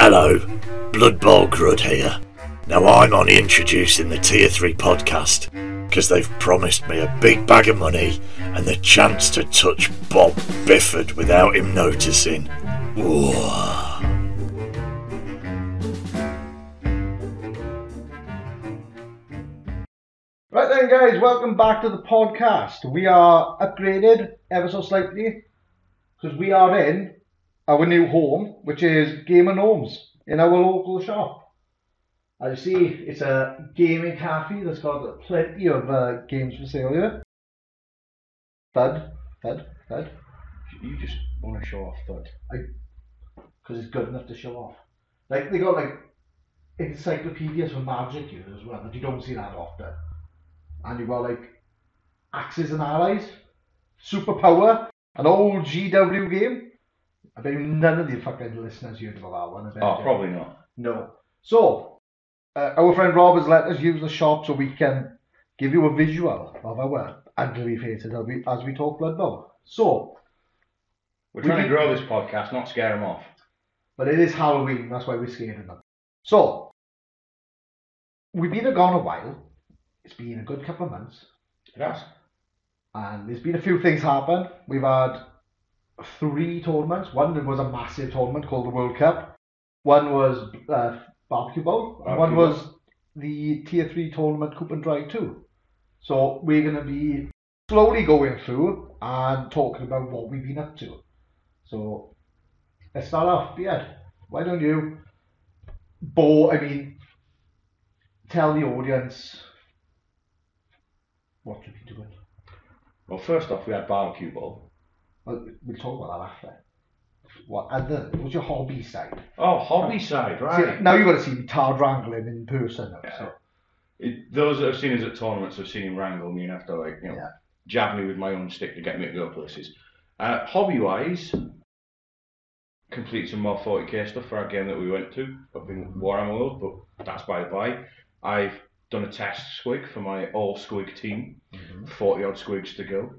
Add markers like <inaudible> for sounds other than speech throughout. Hello, Blood Bowl Grud here. Now I'm on introducing the Tier 3 podcast because they've promised me a big bag of money and the chance to touch Bob Bifford without him noticing. Ooh. Right then, guys, welcome back to the podcast. We are upgraded ever so slightly because we are in our new home, which is Gamer Homes in our local shop. As you see, it's a gaming cafe that's got plenty of uh, games for sale here. Thud, thud, thud. You just want to show off thud. Because it's good enough to show off. Like, they got like encyclopedias for magic here as well, but you don't see that often and you've got like Axes and Allies, Superpower, an old GW game. I bet you none of the fucking listeners heard about that one. I bet Oh, you. probably not. No. So, uh, our friend Rob has let us use the shop so we can give you a visual of our ugly faces as we, as we talk Blood Bowl. So, We're We trying did- to grow this podcast, not scare them off. but it is Halloween, that's why we're scaring them. So, we've been gone a while. It's been a good couple of months. Yes. And there's been a few things happen. We've had three tournaments. One was a massive tournament called the World Cup. One was uh, Barbecue Bowl. and one Barbecue was the Tier 3 tournament Coop and Dry 2. So we're going to be slowly going through and talking about what we've been up to. So let's start off. Beard, why don't you, Bo, I mean, tell the audience what you've been doing. Well, first off, we had barbecue bowl. Well, we'll talk about that after. What other? What's your hobby side? Oh, hobby side, See, right. now you've got to see me tard wrangling in person. Now, so. It- those that have seen us at tournaments have seen him wrangle me and have to, like, you know, Yeah. jab me with my own stick to get me to go places. Uh, hobby wise, complete some more 40k stuff for our game that we went to up in Warhammer World, but that's by the by. I've done a test squig for my all squig team. 40 odd squigs to go.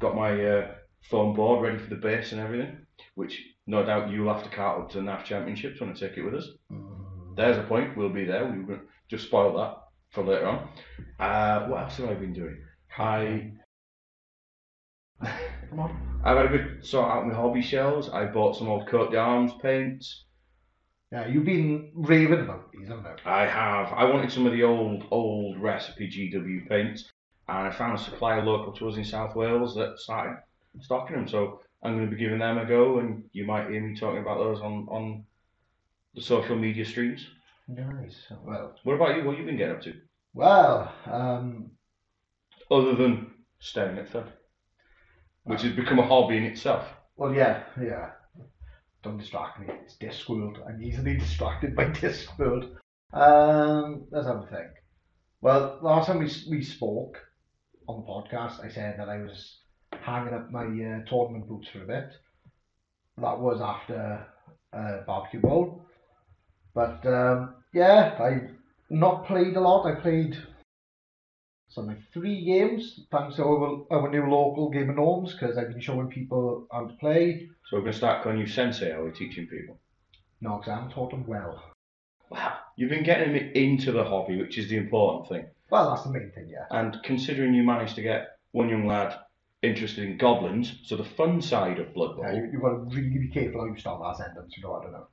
Got my uh, foam board ready for the base and everything, which no doubt you'll have to cart up to the NAF Championships when I take it with us. There's a point, we'll be there. We will just spoil that for later on. Uh, what else have I been doing? I. Come on. I've had a good sort out my hobby shells. I bought some old Coat de Arms paints. Yeah, you've been raving about these, haven't you? I have. I wanted some of the old, old recipe GW paints, and I found a supplier local to us in South Wales that started stocking them. So I'm going to be giving them a go, and you might hear me talking about those on, on the social media streams. Nice. Well, What about you? What have you been getting up to? well. Um, Other than staring at Thud, which has become a hobby in itself. well, yeah, yeah. Don't distract me. It's Discworld. I'm easily <laughs> distracted by Discworld. Um, let's have a think. Well, last time we s- we spoke on the podcast, I said that I was hanging up my uh, tournament boots for a bit. That was after uh, barbecue bowl, but um, yeah, I not played a lot. I played something three games thanks to our, our new local game of norms because I've been showing people how to play. So we're going to start calling you sensei. Are we teaching people? No, because I haven't taught them well. Wow, you've been getting them into the hobby, which is the important thing. Well, that's the main thing, yeah. And considering you managed to get one young lad interested in goblins, so the fun side of Blood Bowl. yeah you, you've got to really be careful how you start that sentence. You know, I don't know.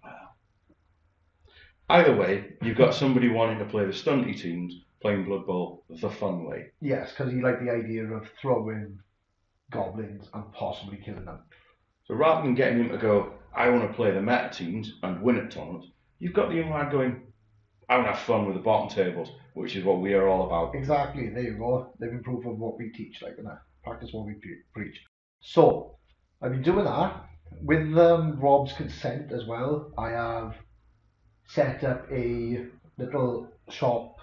Either way, you've got somebody wanting to play the stunty teams playing Blood Bowl the fun way. Yes, because he liked the idea of throwing goblins and possibly killing them. So rather than getting him to go, I want to play the meta teams and win at tournaments, you've got the young lad going, I want to have fun with the bottom tables, which is what we are all about. Exactly. There you go. They've improved on what we teach, like that. Practice what we pre- preach. So, I've been doing that with um, Rob's consent as well. I have set up a little shop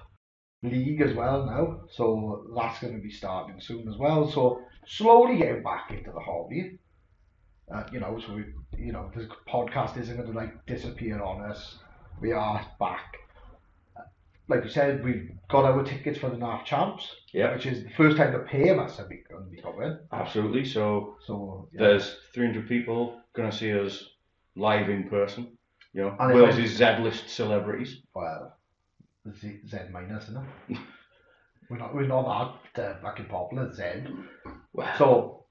league as well now, so that's going to be starting soon as well. So slowly getting back into the hobby. Uh, you know, so we, you know, this podcast isn't going to like disappear on us. We are back like you said, we've got our tickets for the North Champs, Yeah, which is the first time the PMS have been going to be going. absolutely. So So yeah. there's 300 people going to see us live in person. You know, And if Wales I- is Z-list celebrities. Well, the Z, Z minus, isn't it? we're not we're not that uh, fucking popular Z. Well, So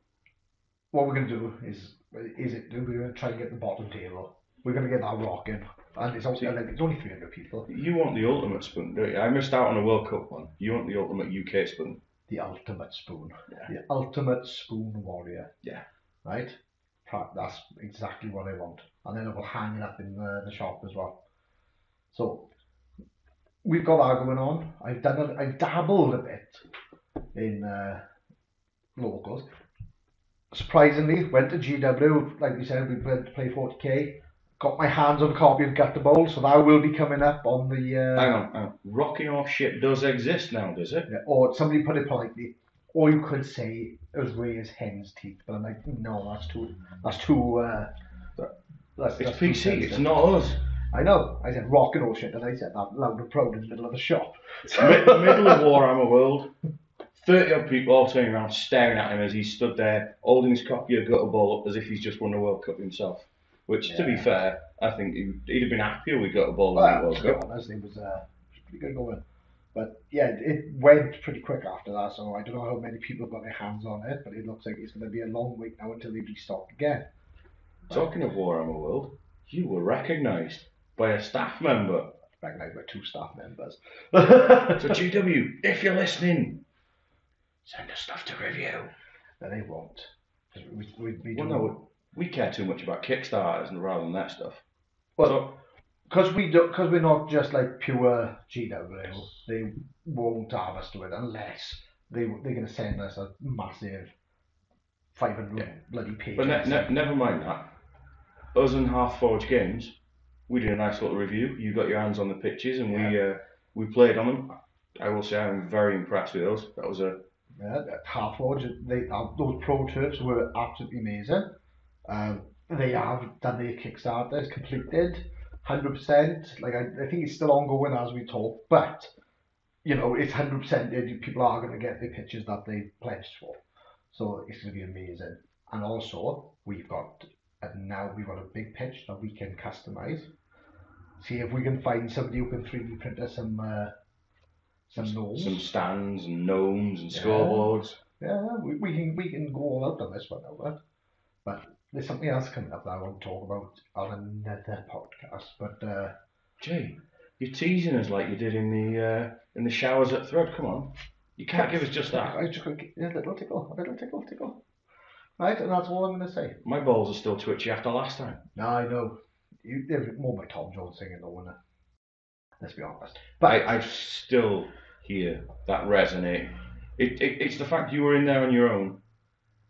what we're gonna do is is it we're gonna try and get the bottom table. We're gonna get that rocking, and it's only See- and it's only three hundred people. you want the ultimate spoon, don't you? I missed out on a World Cup one. You want the ultimate UK spoon? The ultimate spoon, Yeah. the ultimate spoon warrior. Yeah. Right. Pra- That's exactly what I want, and then it will hang it up in the, the shop as well. So we've got that going on. I've done a, I've dabbled a bit in uh, locals. Surprisingly, went to GW. Like we said, we went to play 40k. Got my hands on a copy of Gutter Bowl, so that will be coming up on the. Uh, Hang on, hang on. Rocking off shit does exist now, does it? or somebody put it politely, or you could say it was Ray as hen's teeth. But I'm like, no, that's too. That's too. Uh, that's, It's that's too PC. It's sensitive. not us. I know. I said rock and all shit, and I said that loud and proud in the middle of the shop. Mid- <laughs> middle of Warhammer World. 30 odd people all turning around staring at him as he stood there holding his copy of Gutter Ball up as if he's just won the World Cup himself. Which, to be Yeah. fair, I think he, he'd have been happier with Gutter Ball than the Well, World to be Cup. honest, it was uh, pretty good going. But yeah, it- it went pretty quick after that, so I don't know how many people got their hands on it, but it looks like it's going to be a long wait now until they restock again. Talking of Warhammer World, you were recognised by a staff member. Right now, we're two staff members. <laughs> So, GW, if you're listening, send us stuff to review. No, they won't. 'Cause We, we, we Well, don't- no, we care too much about Kickstarters and rather than that stuff. Well, so, because we do, because we're not just like pure GW, they won't have us to it unless they they're going to send us a massive five hundred Yeah. bloody pages. but ne- ne- never mind that. Us and Half Forge Games, we did a nice little review. You got your hands on the pitches and we uh, we played on them. I will say I'm very impressed with those. That was a Yeah, that Half Forge, they uh, those pro turfs were absolutely amazing. Um, they have done their Kickstarters completed, hundred percent. Like I, I think it's still ongoing as we talk, but you know it's hundred percent. People are going to get the pitches that they pledged for, so it's going to be amazing. And also we've got and now we've got a big pitch that we can customize. See if we can find somebody who can three D print us some uh, some gnomes. some stands and gnomes and Yeah. scoreboards. Yeah, we, we can we can go all out on this one over. But there's something else coming up that I want to talk about on another podcast. But uh, Gee, you're teasing us like you did in the uh, in the showers at Thread. Come on, you can't give us just that. I just quick a little tickle, a little tickle, tickle. Right, and that's all I'm gonna say. My balls are still twitchy after last time. No, I know. You, there's more my Tom Jones singing though, isn't it? Let's be honest. But But I, I still hear that resonate. It, it, it's the fact you were in there on your own,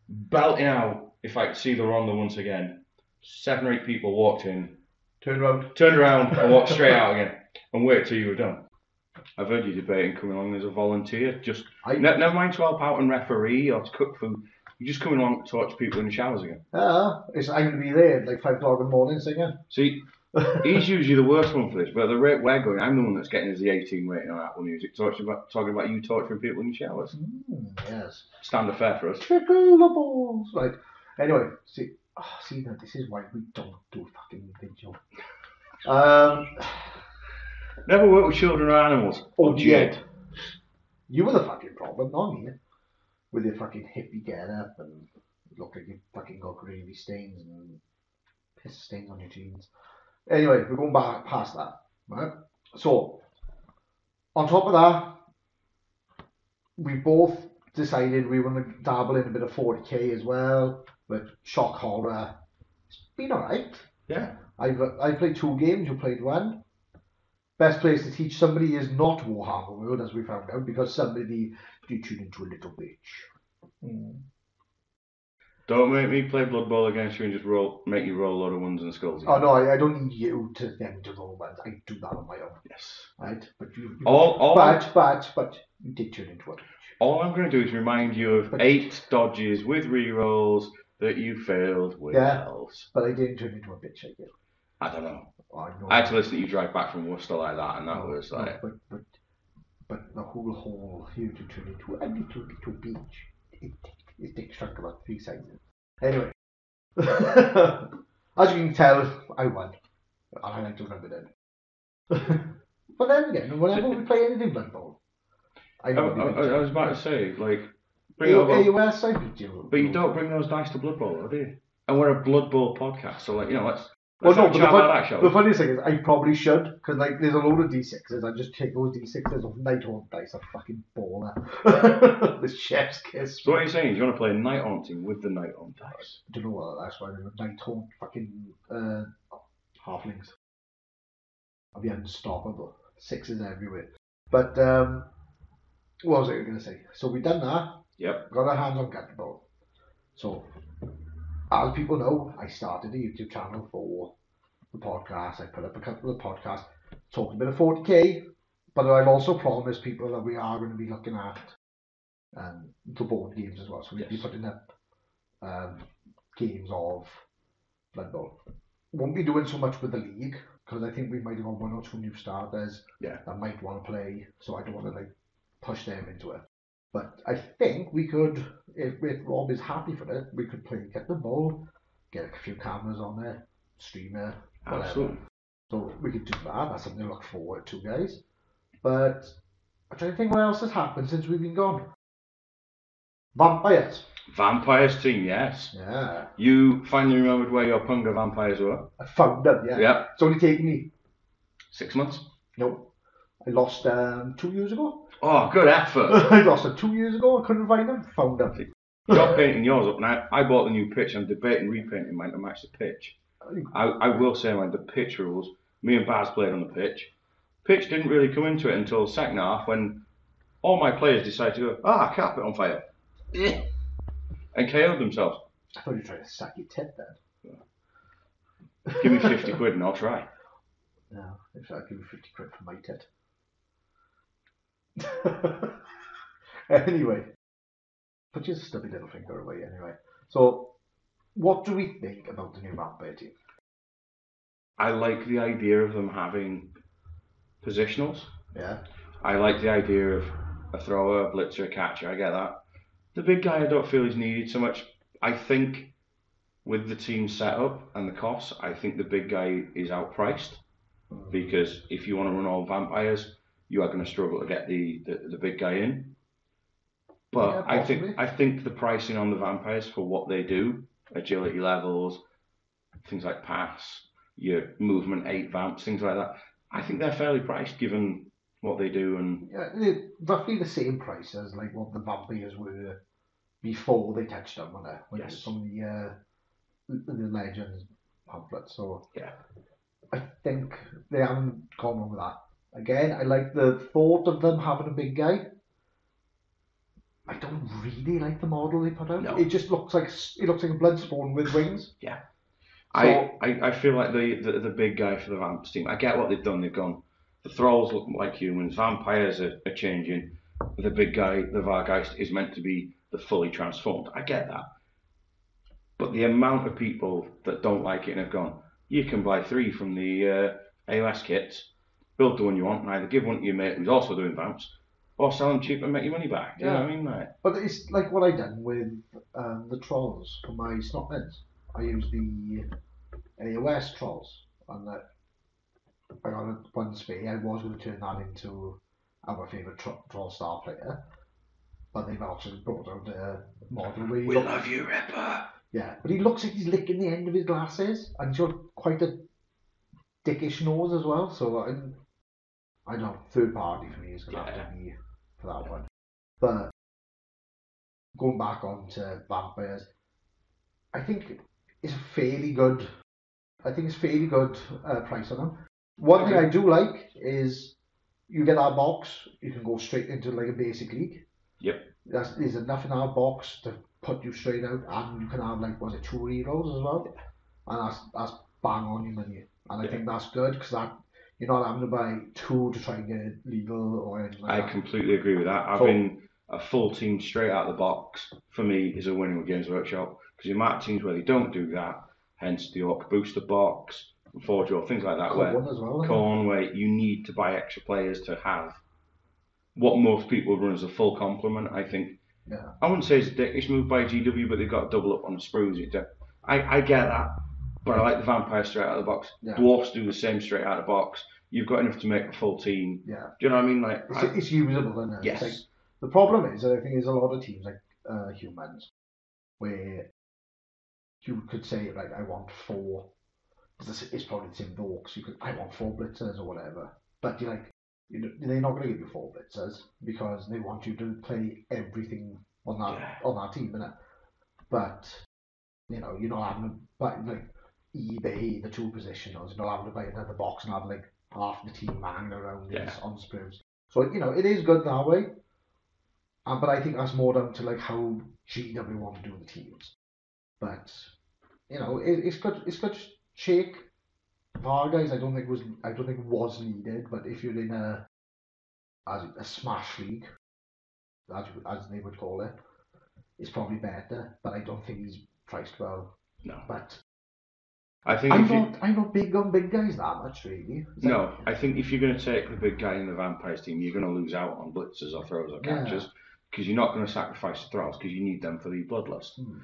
belting out. If I could see the Ronda once again, seven or eight people walked in, turn around. turned around, and <laughs> walked straight out again, and waited till you were done. I've heard you debating coming along as a volunteer. Just I- ne- never mind to help out and referee or to cook food. You're just coming along to torch people in the showers again. Uh, it's I'm gonna be there at like five o'clock in the morning singing. See, he's usually the worst one for this, but at the rate we're going, I'm the one that's getting us the 18 rating on Apple Music, talking about, talking about you torturing people in showers. Mm, yes. Stand a fair for us. Tickle the balls. Right. Anyway, see, oh, see now this is why we don't do fucking video. Um, Never work with children or animals. Oh, dear. you were the fucking problem, not me. With your fucking hippie get up and look like you fucking got gravy stains and piss stains on your jeans. Anyway, we're going back past that, right? So, on top of that, we both decided we want to dabble in a bit of 40k as well, but shock horror. It's been alright. Yeah. I've I played two games, you played one. Best place to teach somebody is not Warhammer World, as we found out, because somebody did tune into a little bitch. Hmm. Don't make me play Blood Bowl against you and just roll, make you roll a lot of ones and skulls. Oh no, I, I don't need you to them to roll ones. I do that on my own, Yes. right? But you, you All, all, but but but you did tune into a bitch. all I'm going to do is remind you of eight dodges with rerolls that you failed with Yeah. elves. But I didn't turn into a bitch. I did. Oh, I don't know. I know. I had to listen to you drive back from Worcester like that, and that No, was no, like, But but but the whole whole here to turn into a little little beach. It it takes chunk about <laughs> three seconds. Anyway, as you can tell, I won. I like to remember that. <laughs> but then again, whenever we play anything Blood Bowl, I I, know. I, I was about to say, like, bring over. AUS, I beat you. oh, But you don't bring those dice to Blood Bowl, though, do you? And we're a Blood Bowl podcast, so like you know, let's Well, let's no, but not the, jab at fun, that, shall the we? funniest thing is, I probably should, because like, there's a load of d6s. I just take those d6s off Nighthawk dice. A fucking <laughs> baller. the chef's kiss. So what are you saying? is You want to play Night Haunting with the Night Haunt dice? Do you know what? That's why they're Nighthawk fucking uh, halflings. I'd be unstoppable. Sixes everywhere. But um, what was I going to say? So we done that. Yep. got our hands on Gutterball. So, as people know, I started a YouTube channel for the podcast. I put up a couple of podcasts talking about the 40k, but I've also promised people that we are going to be looking at um, the board games as well. So we'll be Yes. putting up um, games of Blood Bowl. Won't be doing so much with the league because I think we might have got one or two new starters Yeah. that might want to play. So I don't want to like push them into it. But I think we could, if, if Rob is happy for it, we could play get the ball, get a few cameras on it, stream it, whatever. Absolutely. So we could do that. That's something to look forward to, guys. But I'm trying to think what else has happened since we've been gone. Vampires. Vampires team, yes. Yeah. You finally remembered where your Punga vampires were. I found them, yeah. Yeah. It's only taken me, Six months. no, I lost um, two years <laughs> ago. Oh, good effort. I lost them two years ago. I couldn't find them. Found them. You're painting yours up, and I, I bought the new pitch. I'm debating repainting mine to match the pitch. I, I will say, man, the pitch rules. Me and Baz played on the pitch. Pitch didn't really come into it until second half when all my players decided to go, ah, carpet on fire. and KO'd themselves. I thought you were trying to suck your tit then. Give me 50 quid and I'll try. No, if I give you 50 quid for my tit. <laughs> anyway, put your stubby little finger away anyway. So, what do we think about the new vampire team? I like the idea of them having positionals. Yeah, I like the idea of a thrower, a blitzer, a catcher. I get that. The big guy, I don't feel is needed so much. I think with the team setup and the costs, I think the big guy is outpriced because if you want to run all vampires, you are going to struggle to get the, the, the big guy in. Yeah, But I think possibly. I think the pricing on the vampires for what they do, agility levels, things like pass, your movement eight vamps, things like that. I think they're fairly priced given what they do and yeah, they're roughly the same price as like what the vampires were before they touched them, weren't they? When it was Yes. From the uh, the legends pamphlet. So Yeah. I think they haven't gone wrong with that. Again, I like the thought of them having a big guy. I don't really like the model they put out. No. It just looks like s- it looks like a blood spawn with wings. I, I, I feel like the, the, the big guy for the Vamps team. I get what they've done. They've gone. The Thralls look like humans. Vampires are, are changing. The big guy, the Vargeist, is meant to be the fully transformed. I get that. But the amount of people that don't like it and have gone, you can buy three from the uh, AOS kits, build the one you want, and either give one to your mate who's also doing Vamps, or sell them cheap and make your money back. Do you know what I mean? Like, But it's like what I done with um, the trolls for my snotmins. I used the AOS trolls, and that I got a- one spare. I was going to turn that into our favourite tro- troll star player, but they've actually brought out a model where he we looks- love you, Ripper. yeah, but he looks like he's licking the end of his glasses, and he's got quite a dickish nose as well. So I, I know third party for me is gonna have to be for that one. But going back on to vampires, I think it's a fairly good. I think it's fairly good uh, price on them. One thing Okay. I do like is you get our box, you can go straight into like a basic league Yep. that's, there's enough in our box to put you straight out, and you can have like was it two heroes as well, and that's that's bang on your money, and I Yeah. think that's good because that you're not having to buy two to try and get it legal or anything like I that. completely agree with that. Cool. Having a full team straight out of the box for me is a winning with Games Workshop because you might have teams where they don't do that, hence the Orc Booster Box, and Forge War, things like that, Got where one as well. isn't it? Corn, where you need to buy extra players to have what most people run as a full complement. I think Yeah. I wouldn't say it's a dickish move by GW, but they've got a double up on the sprues. It de- I, I get that. But I like the vampire straight out of the box. Yeah. Dwarfs do the same straight out of the box. You've got enough to make a full team. Yeah. Do you know what I mean? Like, It's, I, it's usable, isn't it? It's yes, like- the problem is, that I think, is a lot of teams like uh, humans, where you could say, like, I want four. Because it's, it's probably the same with orcs. You could, I want four blitzers or whatever. But you're like, you know, they're not going to give you four blitzers because they want you to play everything on that Yeah. on that team, innit? But you know, you're not having to buy like eBay the two positionals. You're not having to buy another box and have like half the team hanging around in- Yeah. on sprues. So you know, it is good that way. Um, but I think that's more down to like how GW want to do the teams. But you know, it, it's good. It's good shake. VAR guys, I don't think was I don't think was needed. But if you're in a as a smash league, as as they would call it, it's probably better. But I don't think he's priced well. no. But I think I'm if you, not I'm not big on big guys that much really. It's like- no, I think if you're going to take the big guy in the vampires team, you're going to lose out on blitzers or throws or Yeah. catches because you're not going to sacrifice the throws because you need them for the bloodlust. Hmm,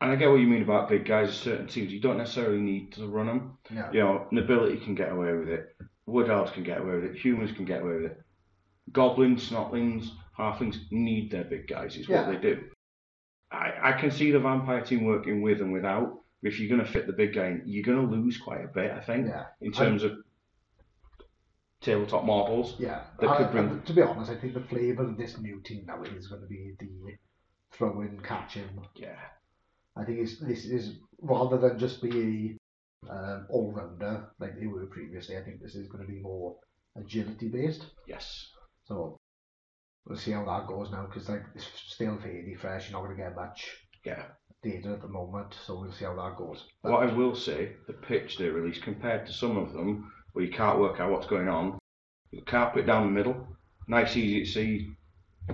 And I get what you mean about big guys. Certain teams, you don't necessarily need to run them. yeah. You know, nobility can get away with it. Wood elves can get away with it. Humans can get away with it. Goblins, snotlings, halflings need their big guys. It's Yeah. what they do. I, I can see the vampire team working with and without. If you're going to fit the big guy in, you're going to lose quite a bit, I think, Yeah. in terms of tabletop marbles. Yeah, That could I- bring- and to be honest, I think the flavour of this new team now is going to be the throwing, catching. Yeah. I think it's, this is rather than just be a um, all rounder like they were previously. I think this is going to be more agility based. Yes. So we'll see how that goes now because like it's still fairly fresh. You're not going to get much Yeah. data at the moment, so we'll see how that goes. But What I will say, the pitch they release compared to some of them where you can't work out what's going on, the carpet down the middle, nice easy to see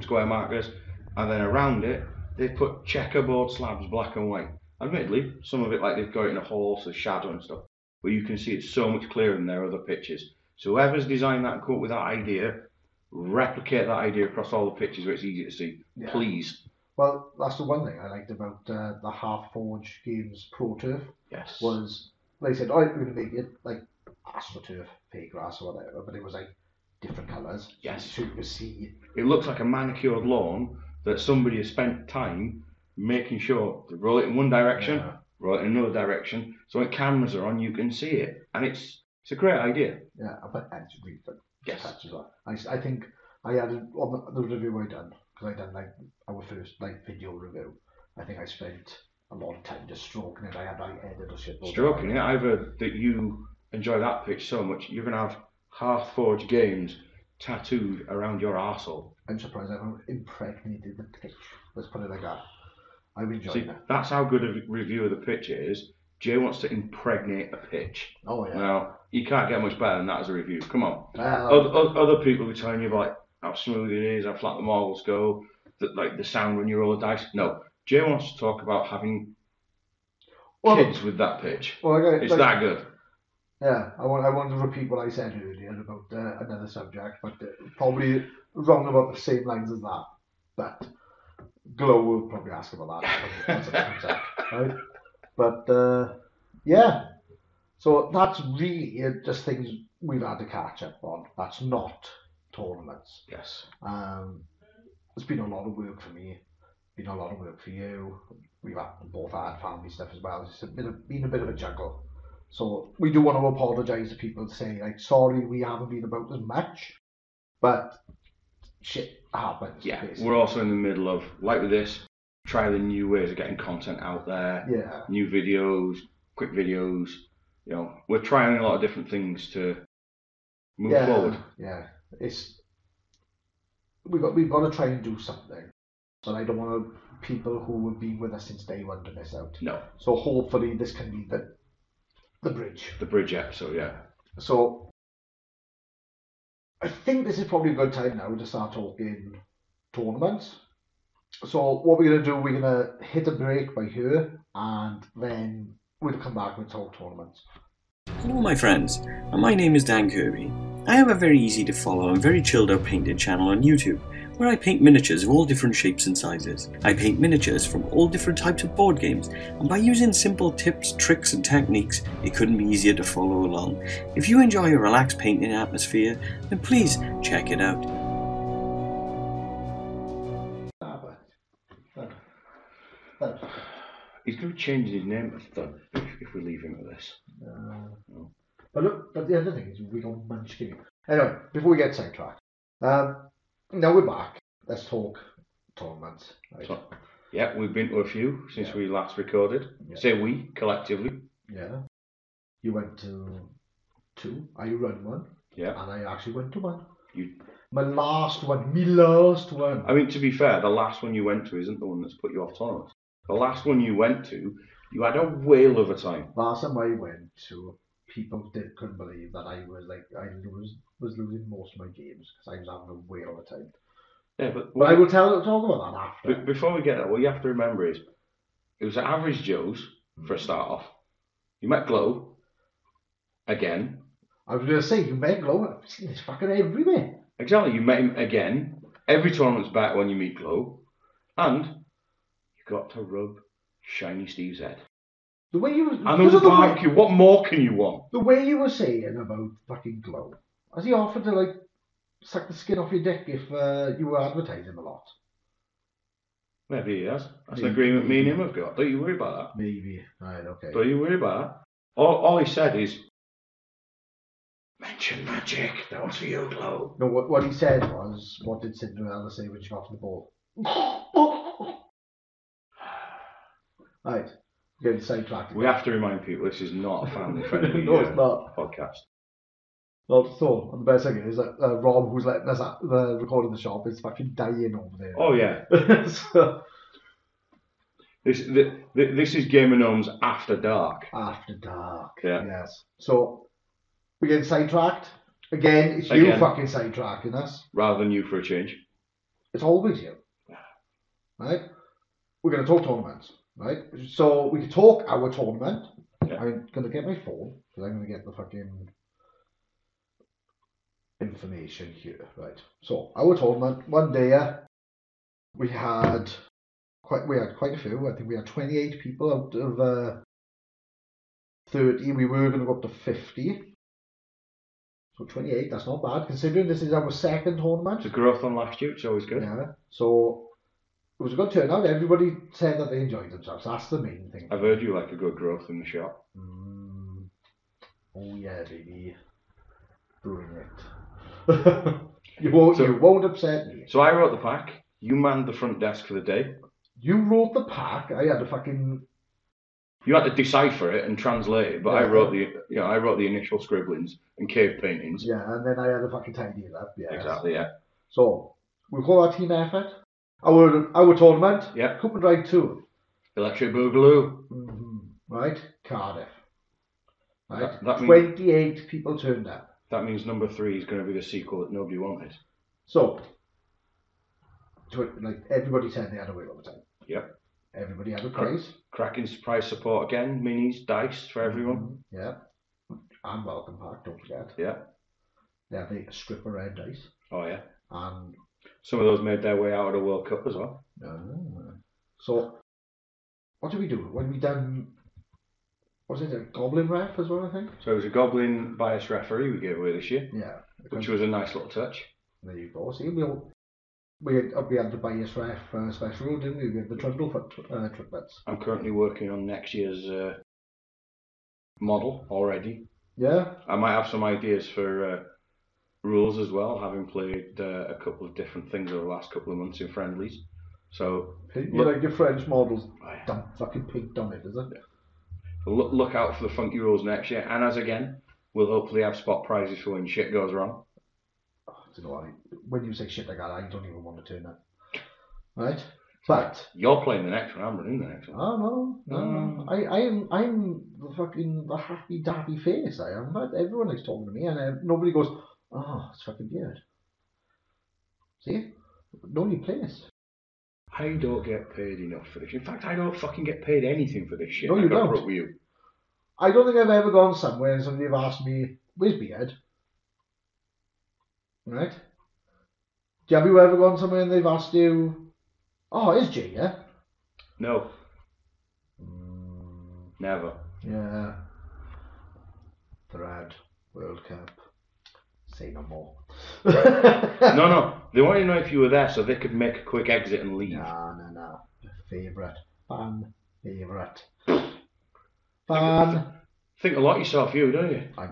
square markers, and then around it they put checkerboard slabs black and white. Admittedly, some of it like they've got it in a hall, so shadow and stuff, but you can see it's so much clearer than their other pitches. So whoever's designed that and come up with that idea, replicate that idea across all the pitches where it's easy to see. Yeah. Please. well, that's the one thing I liked about uh, the Half Forge Games Pro Turf. Yes. was they said, "Oh, we're gonna make it like astroturf, fake grass or whatever," but it was like different colours. Yes. so you could see. It looks like a manicured lawn that somebody has spent time making sure to roll it in one direction, Yeah. roll it in another direction. So when cameras are on, you can see it, and it's it's a great idea. Yeah, but and it's really good. Yes. touch as well. I, s- I think I had it on the, the review I done because I done like our first like video review. I think I spent a lot of time just stroking it. I had like editorship. all the Stroking time. it, I've heard that you enjoy that pitch so much, you're gonna have half forged games tattooed around your arsehole. I'm surprised I haven't impregnated the pitch. Let's put it like that. I'm enjoying See, it. that's how good a review of the pitch it is. Jay wants to impregnate a pitch. Oh yeah. Now, you can't get much better than that as a review. Come on. Well, other, oth- other people were telling you about how smooth it is, how flat the marbles go, that like the sound when you roll the dice. No, Jay wants to talk about having well, kids with that pitch. well, I got- It's like- that good. Yeah, I want I want to repeat what I said earlier about uh, another subject, but uh, probably wrong about the same lines as that. But Glow will probably ask about that once it comes up, right? But uh, yeah, so that's really uh, just things we've had to catch up on. That's not tournaments. Yes. Um, it's been a lot of work for me. Been a lot of work for you. We've had both had family stuff as well. It's a bit of, been a bit of a juggle. So we do want to apologise to people saying like, sorry, we haven't been about as much, but shit happens. Yeah. basically. We're also in the middle of like with this, trying new ways of getting content out there, yeah, new videos, quick videos. You know, we're trying a lot of different things to move yeah, forward. yeah. It's we got we've got to try and do something, but I don't want to, people who have been with us since day one to miss out. No, So hopefully this can be the the bridge. the bridge episode. Yeah. So I think this is probably a good time now to start talking tournaments. So what we're gonna do, we're gonna hit a break by here and then we'll come back and talk tournaments. Hello, my friends. My name is Dan Kirby. I have a very easy to follow and very chilled out painting channel on YouTube where I paint miniatures of all different shapes and sizes. I paint miniatures from all different types of board games, and by using simple tips, tricks, and techniques, it couldn't be easier to follow along. If you enjoy a relaxed painting atmosphere, then please check it out. Ah, but. Uh, uh, He's going to change his name I thought, if we leave him at this. Uh, But look, but the other thing is we don't manage to. Anyway, before we get sidetracked, um, now we're back. Let's talk tournaments. Right? So, yeah, we've been to a few since Yeah. we last recorded. Yeah. Say we collectively. Yeah, you went to two. I run one, Yeah. and I actually went to one. You- My last one, me last one. I mean, to be fair, the last one you went to isn't the one that's put you off tournament. The last one you went to, you had a whale of a time. Last time I went to, people did, couldn't believe that I was like I lose, was losing most of my games because I was having a whale of a time. Yeah, but But I will tell talk about that be- after. before we get there, what you have to remember is it was at Average Joe's for a start off. You met Glow again. I was gonna say you may glow. I've seen this fucking everywhere. Exactly, you met him again. Every tournament's better when you meet Glow, and you got to rub Shiny Steve's head. The way you was, And there was a the, barbecue. What more can you want? the way you were saying about fucking glow, has he offered to like suck the skin off your dick if uh, you were advertising a lot? Maybe he has. That's Maybe. an agreement me and him have got. Don't you worry about that. Maybe. Right. Okay. Don't you worry about that. All, all he said is, mention magic. That was for you, Glow. no. What, what he said was, what did Cinderella say when she got the ball? right. We're getting sidetracked. We have to remind people this is not a family <laughs> friendly uh, no, it's not. podcast. Not at all. And the best thing is that uh, Rob, who's letting us at the recording the shop, is fucking dying over there. Oh, yeah. so, This th th this is Game of Gnomes After Dark. after dark. Yeah. Yes. So we get sidetracked. Again, it's you Again. fucking sidetracking us. Rather than you for a change. It's always you. Right? We're gonna talk tournaments, right? So we can talk our tournament. Yeah. I'm gonna get my phone because I'm gonna get the fucking information here. Right. So our tournament one day uh, we had quite we had quite a few. I think we had twenty eight people out of uh, thirty. We were gonna go up to fifty. So twenty eight, that's not bad considering this is our second tournament. It's a growth on last year. It's always good. Yeah. So it was a good turnout. Everybody said that they enjoyed themselves. That's the main thing. I've heard you like a good growth in the shop. Mm. Oh yeah, baby. Bring it. <laughs> you won't. So- you won't upset me. So I wrote the pack. You manned the front desk for the day. You wrote the pack. I had a fucking. You had to decipher it and translate it, but I Yeah. wrote the you know I wrote the initial scribblings and cave paintings. Yeah, and then I had a fucking tidy it up. Yeah. Exactly. Yeah. So we call our team effort. Our our tournament. Yeah. Cup and Ride Two. Electric Boogaloo. Mm-hmm. Right. Cardiff. Right. That- that means- Twenty-eight people turned up. That means number three is going to be the sequel that nobody wanted. So, to it, like everybody said, they had a whale of a time. Yep. Everybody had a prize. Cracking surprise support again. Minis, dice for everyone. Yeah. And welcome pack, don't forget. Yeah. They had the stripper red dice Oh yeah. and. uh, Some of those made their way out of the World Cup as well. so, what did we do? When we done, was it a goblin ref as well? I think. So it was a Goblin bias referee we gave away this year, Yeah. which was a nice little touch. There you go. See, we all, we had, we had the bias ref uh, special rule, didn't we? We had the trundlefoot uh, triplets. I'm currently working on next year's uh, model already. Yeah. I might have some ideas for uh, rules as well, having played uh, a couple of different things over the last couple of months in friendlies. So You like your French models uh, dumb fucking pink on it, is it? look, look out for the funky rules next year. And as again, we'll hopefully have spot prizes for when shit goes wrong. Do you know what? When you say shit like that, I don't even want to turn up. Right? But You're playing the next one. I'm running the next one. oh no, no, no. Mm. I, I am, I'm the fucking the happy dappy face. I am. But everyone is talking to me, and uh, nobody goes, "Oh, it's fucking weird." See, no new place. I don't get paid enough for this. In fact, I don't fucking get paid anything for this shit. No, you I got don't. broke with you. I don't think I've ever gone somewhere and somebody have asked me, "Where's beard?" Right? you, have you ever gone somewhere and they've asked you, oh, is Junior? No. Never. Yeah. Thread, World Cup. Say no more. <laughs> no, No, no. They wanted to know if you were there so they could make a quick exit and leave. No, no, no. Favourite. Fan favourite. Fan. Think a lot of yourself, you, don't you? I,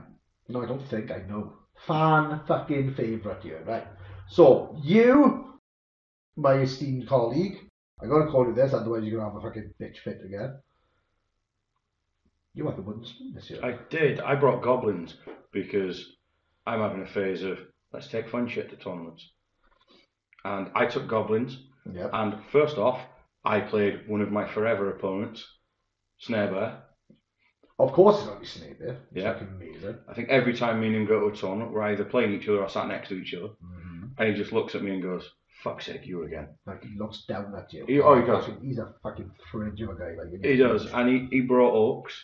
no, I don't think I know. Fan fucking favourite here, right? So, you, my esteemed colleague, I gotta call you this, otherwise you're gonna have a fucking bitch fit again. You had the wooden spoon this year. I did. I brought goblins because I'm having a phase of let's take fun shit to tournaments. And I took goblins. Yep. And first off, I played one of my forever opponents, Snare Bear. Of course it's gonna be Snape here. It's Yeah. fucking amazing. I think every time me and him go to a tournament, we're either playing each other or sat next to each other. Mm-hmm. And he just looks at me and goes, fuck's sake, you again. Like, he looks down at you. He- oh, he does. He's a fucking fridge of a guy. Like, He does. And he, he brought Oaks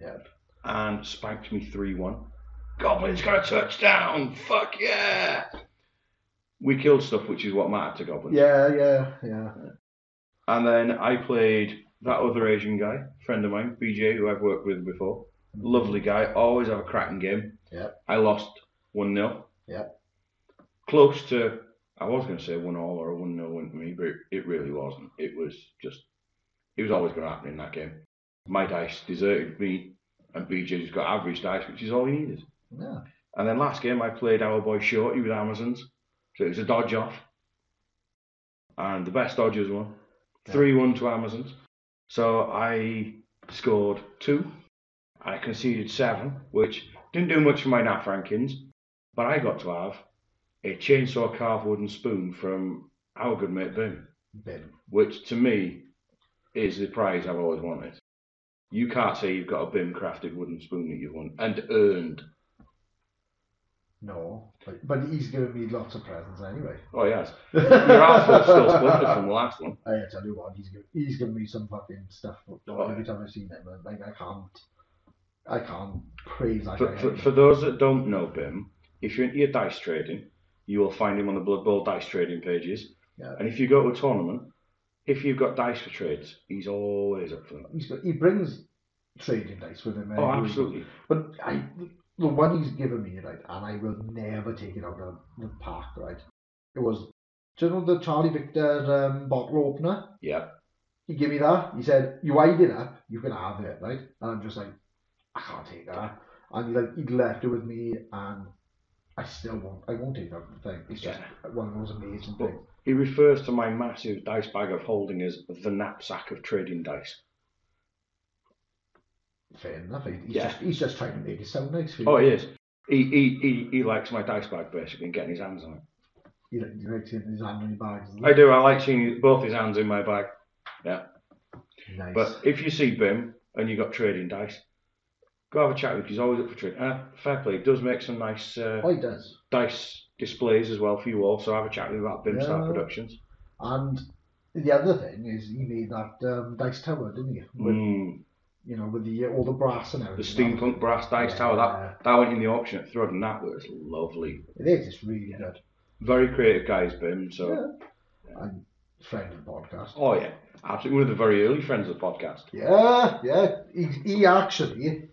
Yeah. and spanked me 3 1. Goblin's got a touchdown! Fuck yeah! We killed stuff, which is what mattered to Goblin. Yeah, yeah, yeah. And then I played that other Asian guy, friend of mine, BJ, who I've worked with before. Mm-hmm. Lovely guy, always have a cracking game. Yep. I lost 1 0. Yep. Close to, I was going to say 1 all or a 1 0 win for me, but it, it really wasn't. It was just, it was always going to happen in that game. My dice deserted me, and BJ just got average dice, which is all he needed. Yeah. And then last game I played our boy Shorty with Amazons. So it was a dodge off. And the best dodgers won. 3 1 to Amazons. So I scored two. I conceded seven, which didn't do much for my NAF rankings. But I got to have a chainsaw carved wooden spoon from our good mate Boone, Bin. which to me is the prize I've always wanted. You can't say you've got a BIM crafted wooden spoon that you've won and earned. No, but, but he's given me lots of presents anyway. Oh, yes. <laughs> Your <laughs> arsehole's still splintered from the last one. I tell you what, he's given, he's given me some fucking stuff for- Oh, every time I've seen him. and, Like I can't, I can't praise that For, guy. for, for those that don't know Bim, if you're into your dice trading, you will find him on the Blood Bowl dice trading pages. Yeah. And if you go to a tournament, if you've got dice for trades, he's always up for them. He's got, he brings trading dice with him. Oh, every week. absolutely. But I, the one he's given me, right, and I will never take it out of the park, right? It was, do you know the Charlie Victor um, bottle opener? Yeah. He gave me that. He said, "You wind it up, you can have it, right?" And I'm just like, "I can't take that." And like he left it with me, and I still won't. I won't take that thing. It's just one of those amazing But things. he refers to my massive dice bag of holding as the knapsack of trading dice. Fair enough. He- He's Yeah. just he's just trying to make it sound nice for you. Oh, he is. He, he, he, he likes my dice bag basically and getting his hands on it. He, like- he likes having his hand on your bags. doesn't I do. I like seeing both his hands in my bag. he? Nice. But if you see Bim and you got trading dice, go have a chat with him. He's always up for trade. Uh, fair play. He does make some nice uh, oh, he does. dice displays as well for you all. So have a chat with him about Bim Star Yeah. Productions. And the other thing is, he made that um, dice tower, didn't he? With Mm. you know, with the uh, all the brass and The everything. steampunk brass dice tower that that went in the auction at Thrud, and that was lovely. It is. It's really good. Very creative guys, Bim. So And friend of the podcast. oh yeah, absolutely one of the very early friends of the podcast. Yeah, yeah. He, he actually,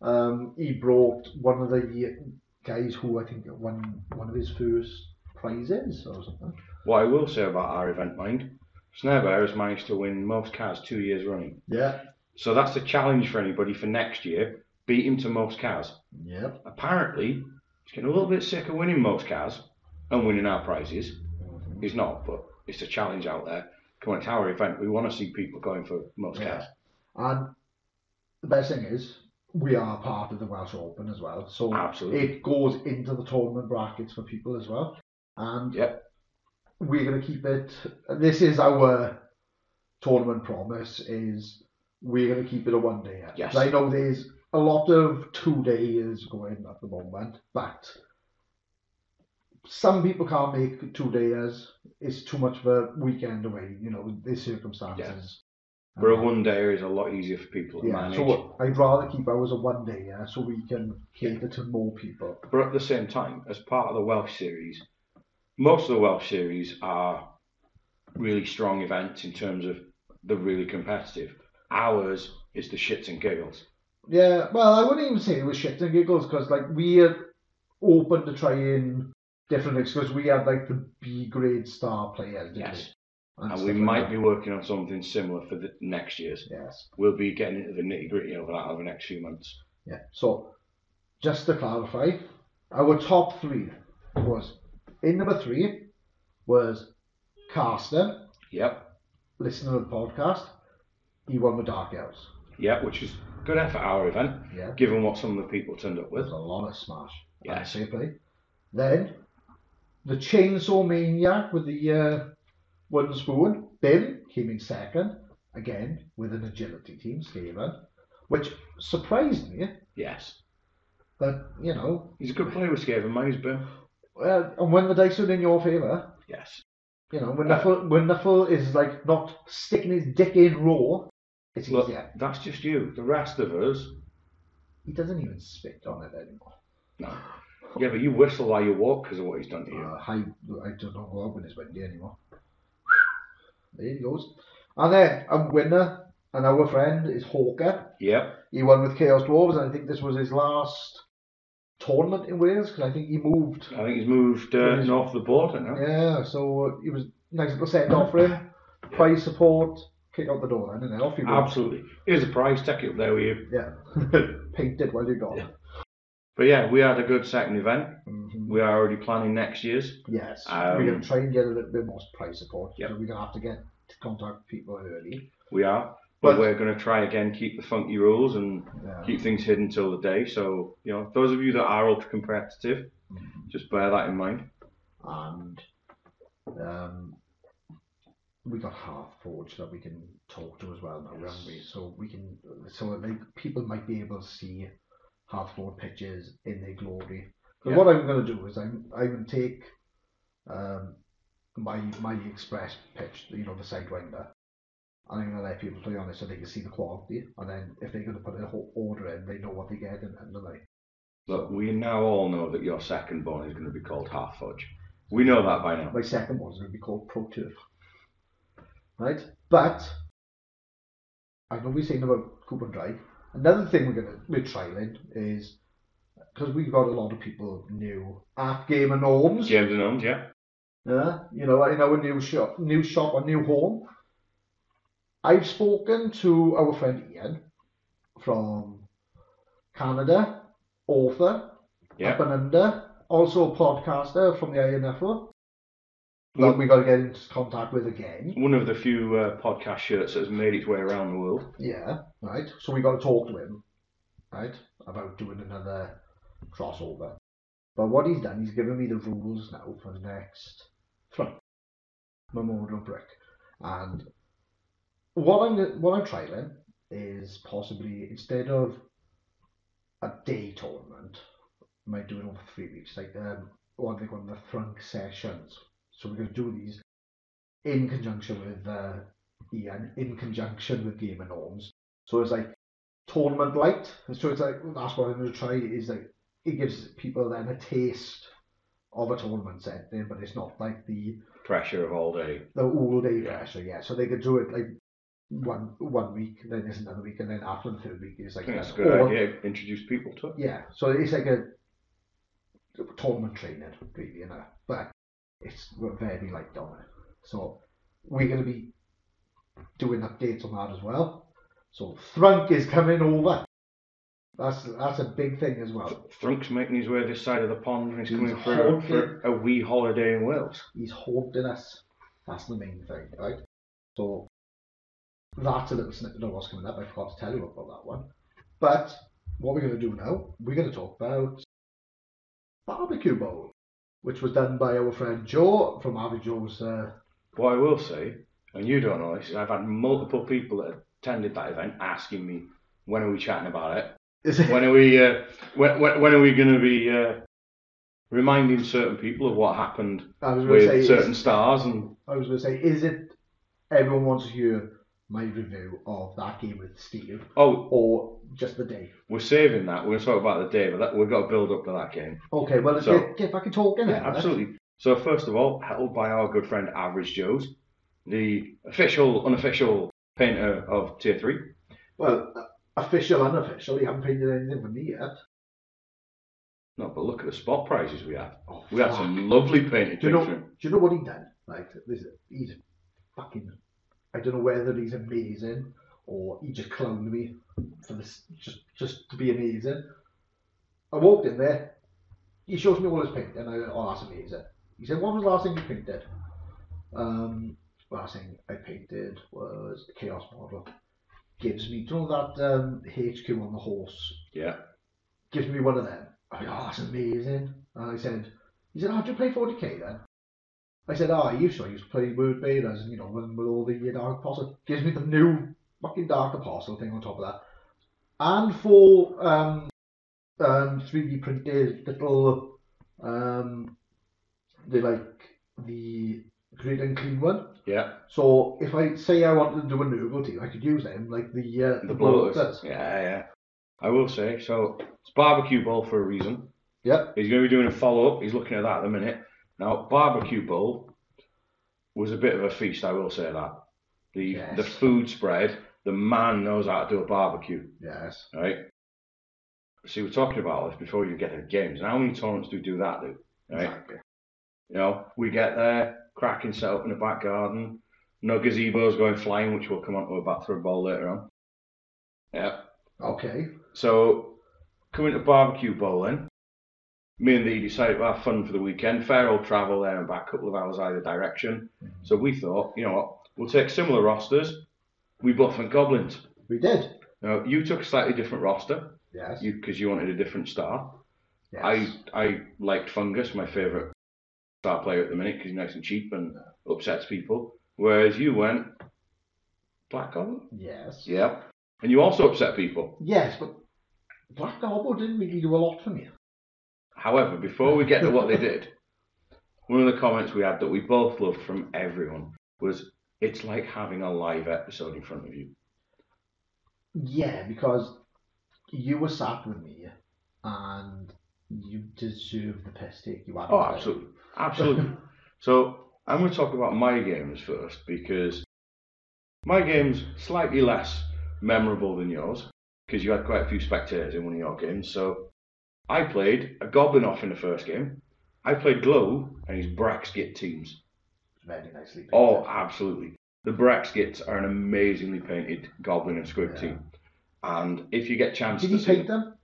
um, he brought one of the uh, guys who I think won one of his first prizes or something. What I will say about our event, mind, Snare Bear has managed to win most cars two years running. Yeah, So that's a challenge for anybody for next year. Beat him to most cars. yeah. apparently he's getting a little bit sick of winning most cars and winning our prizes. He's not, but it's a challenge out there. Come on, it's our event. We want to see people going for most Yeah. cars. And the best thing is, we are part of the Welsh Open as well, so Absolutely. it goes into the tournament brackets for people as well. And Yep. we're going to keep it. This is our tournament promise: is we're going to keep it a one day. Yes. I know there's a lot of two days going at the moment, but some people can't make two days. It's too much of a weekend away. You know, the circumstances. Where a one day is a lot easier for people to Yeah, manage. so I'd rather keep ours a one day, yeah, so we can cater to more people. but at the same time, as part of the Welsh series, most of the Welsh series are really strong events in terms of they're really competitive. Ours is the shits and giggles. Yeah, well, I wouldn't even say it was shit and giggles because like we are open to trying different things because we had like the B grade star players. didn't Yes. we? And stuff we like might that. be working on something similar for the next year's. Yes. We'll be getting into the nitty gritty of that over the next few months. Yeah. So, just to clarify, our top three was in number three was Carsten, Yep. listener of the podcast. He won the Dark Elves. Yep, which is good effort our event, Yeah. given what some of the people turned up with. There's a lot of smash. Yes. Fair play. Then the chainsaw maniac with the uh, wooden spoon, Bim came in second again with an agility team, Steven, which surprised me Yes. that you know. He's a good player with Skaven Maze, Bill. Well, and when the dice are in your favour, Yes. you know when Nuffle when Nuffle is like not sticking his dick in raw, it's Look, easier. that's just you. The rest of us, He doesn't even spit on it anymore. no. Yeah, but you whistle while you walk because of what he's done to you. Uh, I, I don't know what open his window anymore. There he goes. And then a winner, and our friend is Hawker. Yep. He won with Chaos Dwarves, and I think this was his last tournament in Wales because I think he moved. I think he's moved uh, north of the border now. Yeah, so it was nice little send off for him. Prize support, kick out the door, then, and then off you go. Absolutely. Here's a prize, take it up there with you. Yeah, <laughs> painted while you got it. But yeah, we had a good second event. Mhm. We are already planning next year's. Yes, Um, we're going to try and get a little bit more prize support. Yep. So we're going to have to get to contact people early. We are. But But- we're going to try again, keep the funky rules and Yeah. keep things hidden till the day. So, you know, those of you that are ultra competitive, Mm-hmm. just bear that in mind. and um, we got half forge that we can talk to as well now, haven't we? So we can, so like people might be able to see half forge pictures in their glory. 'Cause Yeah. what I'm going to do is I'm I will take um, my my express pitch, you know, the sidewinder. And I'm going to let people play on it so they can see the quality. And then if they're going to put a whole order in, they know what they get and, and the like. Look, we now all know that your second born is going to be called half fudge. We know that by now. My second one's going to be called Pro Turf. Right? But I know we're saying about Coupon Drive. Another thing we're going to we're trialing is because we've got a lot of people new at Game and Norms. James and Holmes, yeah. Yeah, you know, in our new shop, new shop, or new home. I've spoken to our friend Ian from Canada, author, Yeah. up and under, also a podcaster from the INFO that One- we got to get into contact with again. One of the few uh, podcast shirts that has made its way around the world. Yeah, right. So we got to talk to him, right, about doing another crossover. But what he's done, he's given me the rules now for the next front memorial brick, and what I'm what I'm trialing is possibly instead of a day tournament, I might do it over three weeks, like um, what they call the frunk sessions. So we're going to do these in conjunction with uh, Ian in conjunction with Game of Norms. So it's like tournament light. And so it's like that's what I'm gonna try is like it gives people then a taste of a tournament setting, but it's not like the Pressure of all day. the all day Yeah. pressure, yeah. So they could do it like one one week, then there's another week, and then after the third week it's I like think that's a an good all- idea. Introduce people to it. yeah, so it's like a tournament trainer, really, you know. But it's we're very light on it. So we're going to be doing updates on that as well. So Thrunk is coming over. That's that's a big thing as well. Thrunk's making his way this side of the pond and he's He's coming for, haunted. for a wee holiday in Wales. He's haunting us. That's the main thing, right? So that's a little snippet of what's coming up. I forgot to tell you about that one. But what we're going to do now, we're going to talk about Barbecue Bowl, which was done by our friend Joe from Harvey Joe's. Uh, What I will say, and you don't know this, is I've had multiple people that attended that event asking me, when are we chatting about it? is it? When are we, uh, when, when, when are we going to be uh, reminding certain people of what happened I was going to say, with certain is, stars? And I was going to say, is it everyone wants to hear my review of that game with Steve oh, or just the day? we're saving that. We're going to talk about the day, but that, we've got to build up to that game. Okay, well, So- get, get back and talk in Yeah, absolutely. So first of all, held by our good friend Average Joe's, the official, unofficial painter of Tier 3. Well, uh, official, unofficial, you haven't painted anything for me yet. No, but look at the spot prices we had. Oh, We had fuck. some lovely painted Do you know? things. Do you know what he done? Like this, he's fucking. I don't know whether he's amazing or he just cloned me for this, just just to be amazing. I walked in there. He shows me all his painting. I went, "Oh, that's amazing." He said, "What was the last thing you painted?" Um, last thing I painted was a chaos model. Gives me, do you know that um, HQ on the horse Yeah. gives me one of them. I went, oh, that's amazing. And I said, he said, oh, do you play 40k then? I said, oh, I used to. I used to play Word Raiders and, you know, run with all the uh, Dark Apostle. Gives me the new fucking Dark Apostle thing on top of that. And for um, um, 3D printed little, um, they like the grid and clean one. Yeah. So if I say I wanted to do a Nurgle team, I could use them, like the uh, The blow bloaters. Yeah, yeah. I will say, so it's barbecue bowl for a reason. Yep. He's going to be doing a follow up. He's looking at that at the minute. Now, barbecue bowl was a bit of a feast, I will say that. The Yes. the food spread, the man knows how to do a barbecue, Yes. right? See, we're talking about this before you get to the games. And how many tournaments do do that, do? Right? Exactly. You know, we get there, cracking set up in the back garden. No gazebos going flying, which we'll come on to about through a ball later on. Yeah. Okay. So, coming to barbecue bowling, me and Lee decided to have fun for the weekend. Fair old travel there and back, a couple of hours either direction. So we thought, you know what, we'll take similar rosters. We both went goblins. We did. Now you took a slightly different roster Yes. because you, wanted a different star. yes. I I liked Fungus, my favourite star player at the minute, because he's nice and cheap and upsets people. Whereas you went Black Goblin. Yes. Yeah, and you also upset people. Yes, but Black Goblin didn't really do a lot for me. However, before we get to what they did, one of the comments we had that we both loved from everyone was it's like having a live episode in front of you. Yeah, because you were sat with me and you deserved the piss take you had. Oh, on me. absolutely. <laughs> Absolutely. so I'm going to talk about my games first because my game's slightly less memorable than yours because you had quite a few spectators in one of your games. So I played a Goblin off in the first game. I played Glow and his Braxgit teams. Very nicely. painted. Oh, absolutely. The Braxkits are an amazingly painted goblin and squib Yeah. team. And if you get chances Did to he see paint them?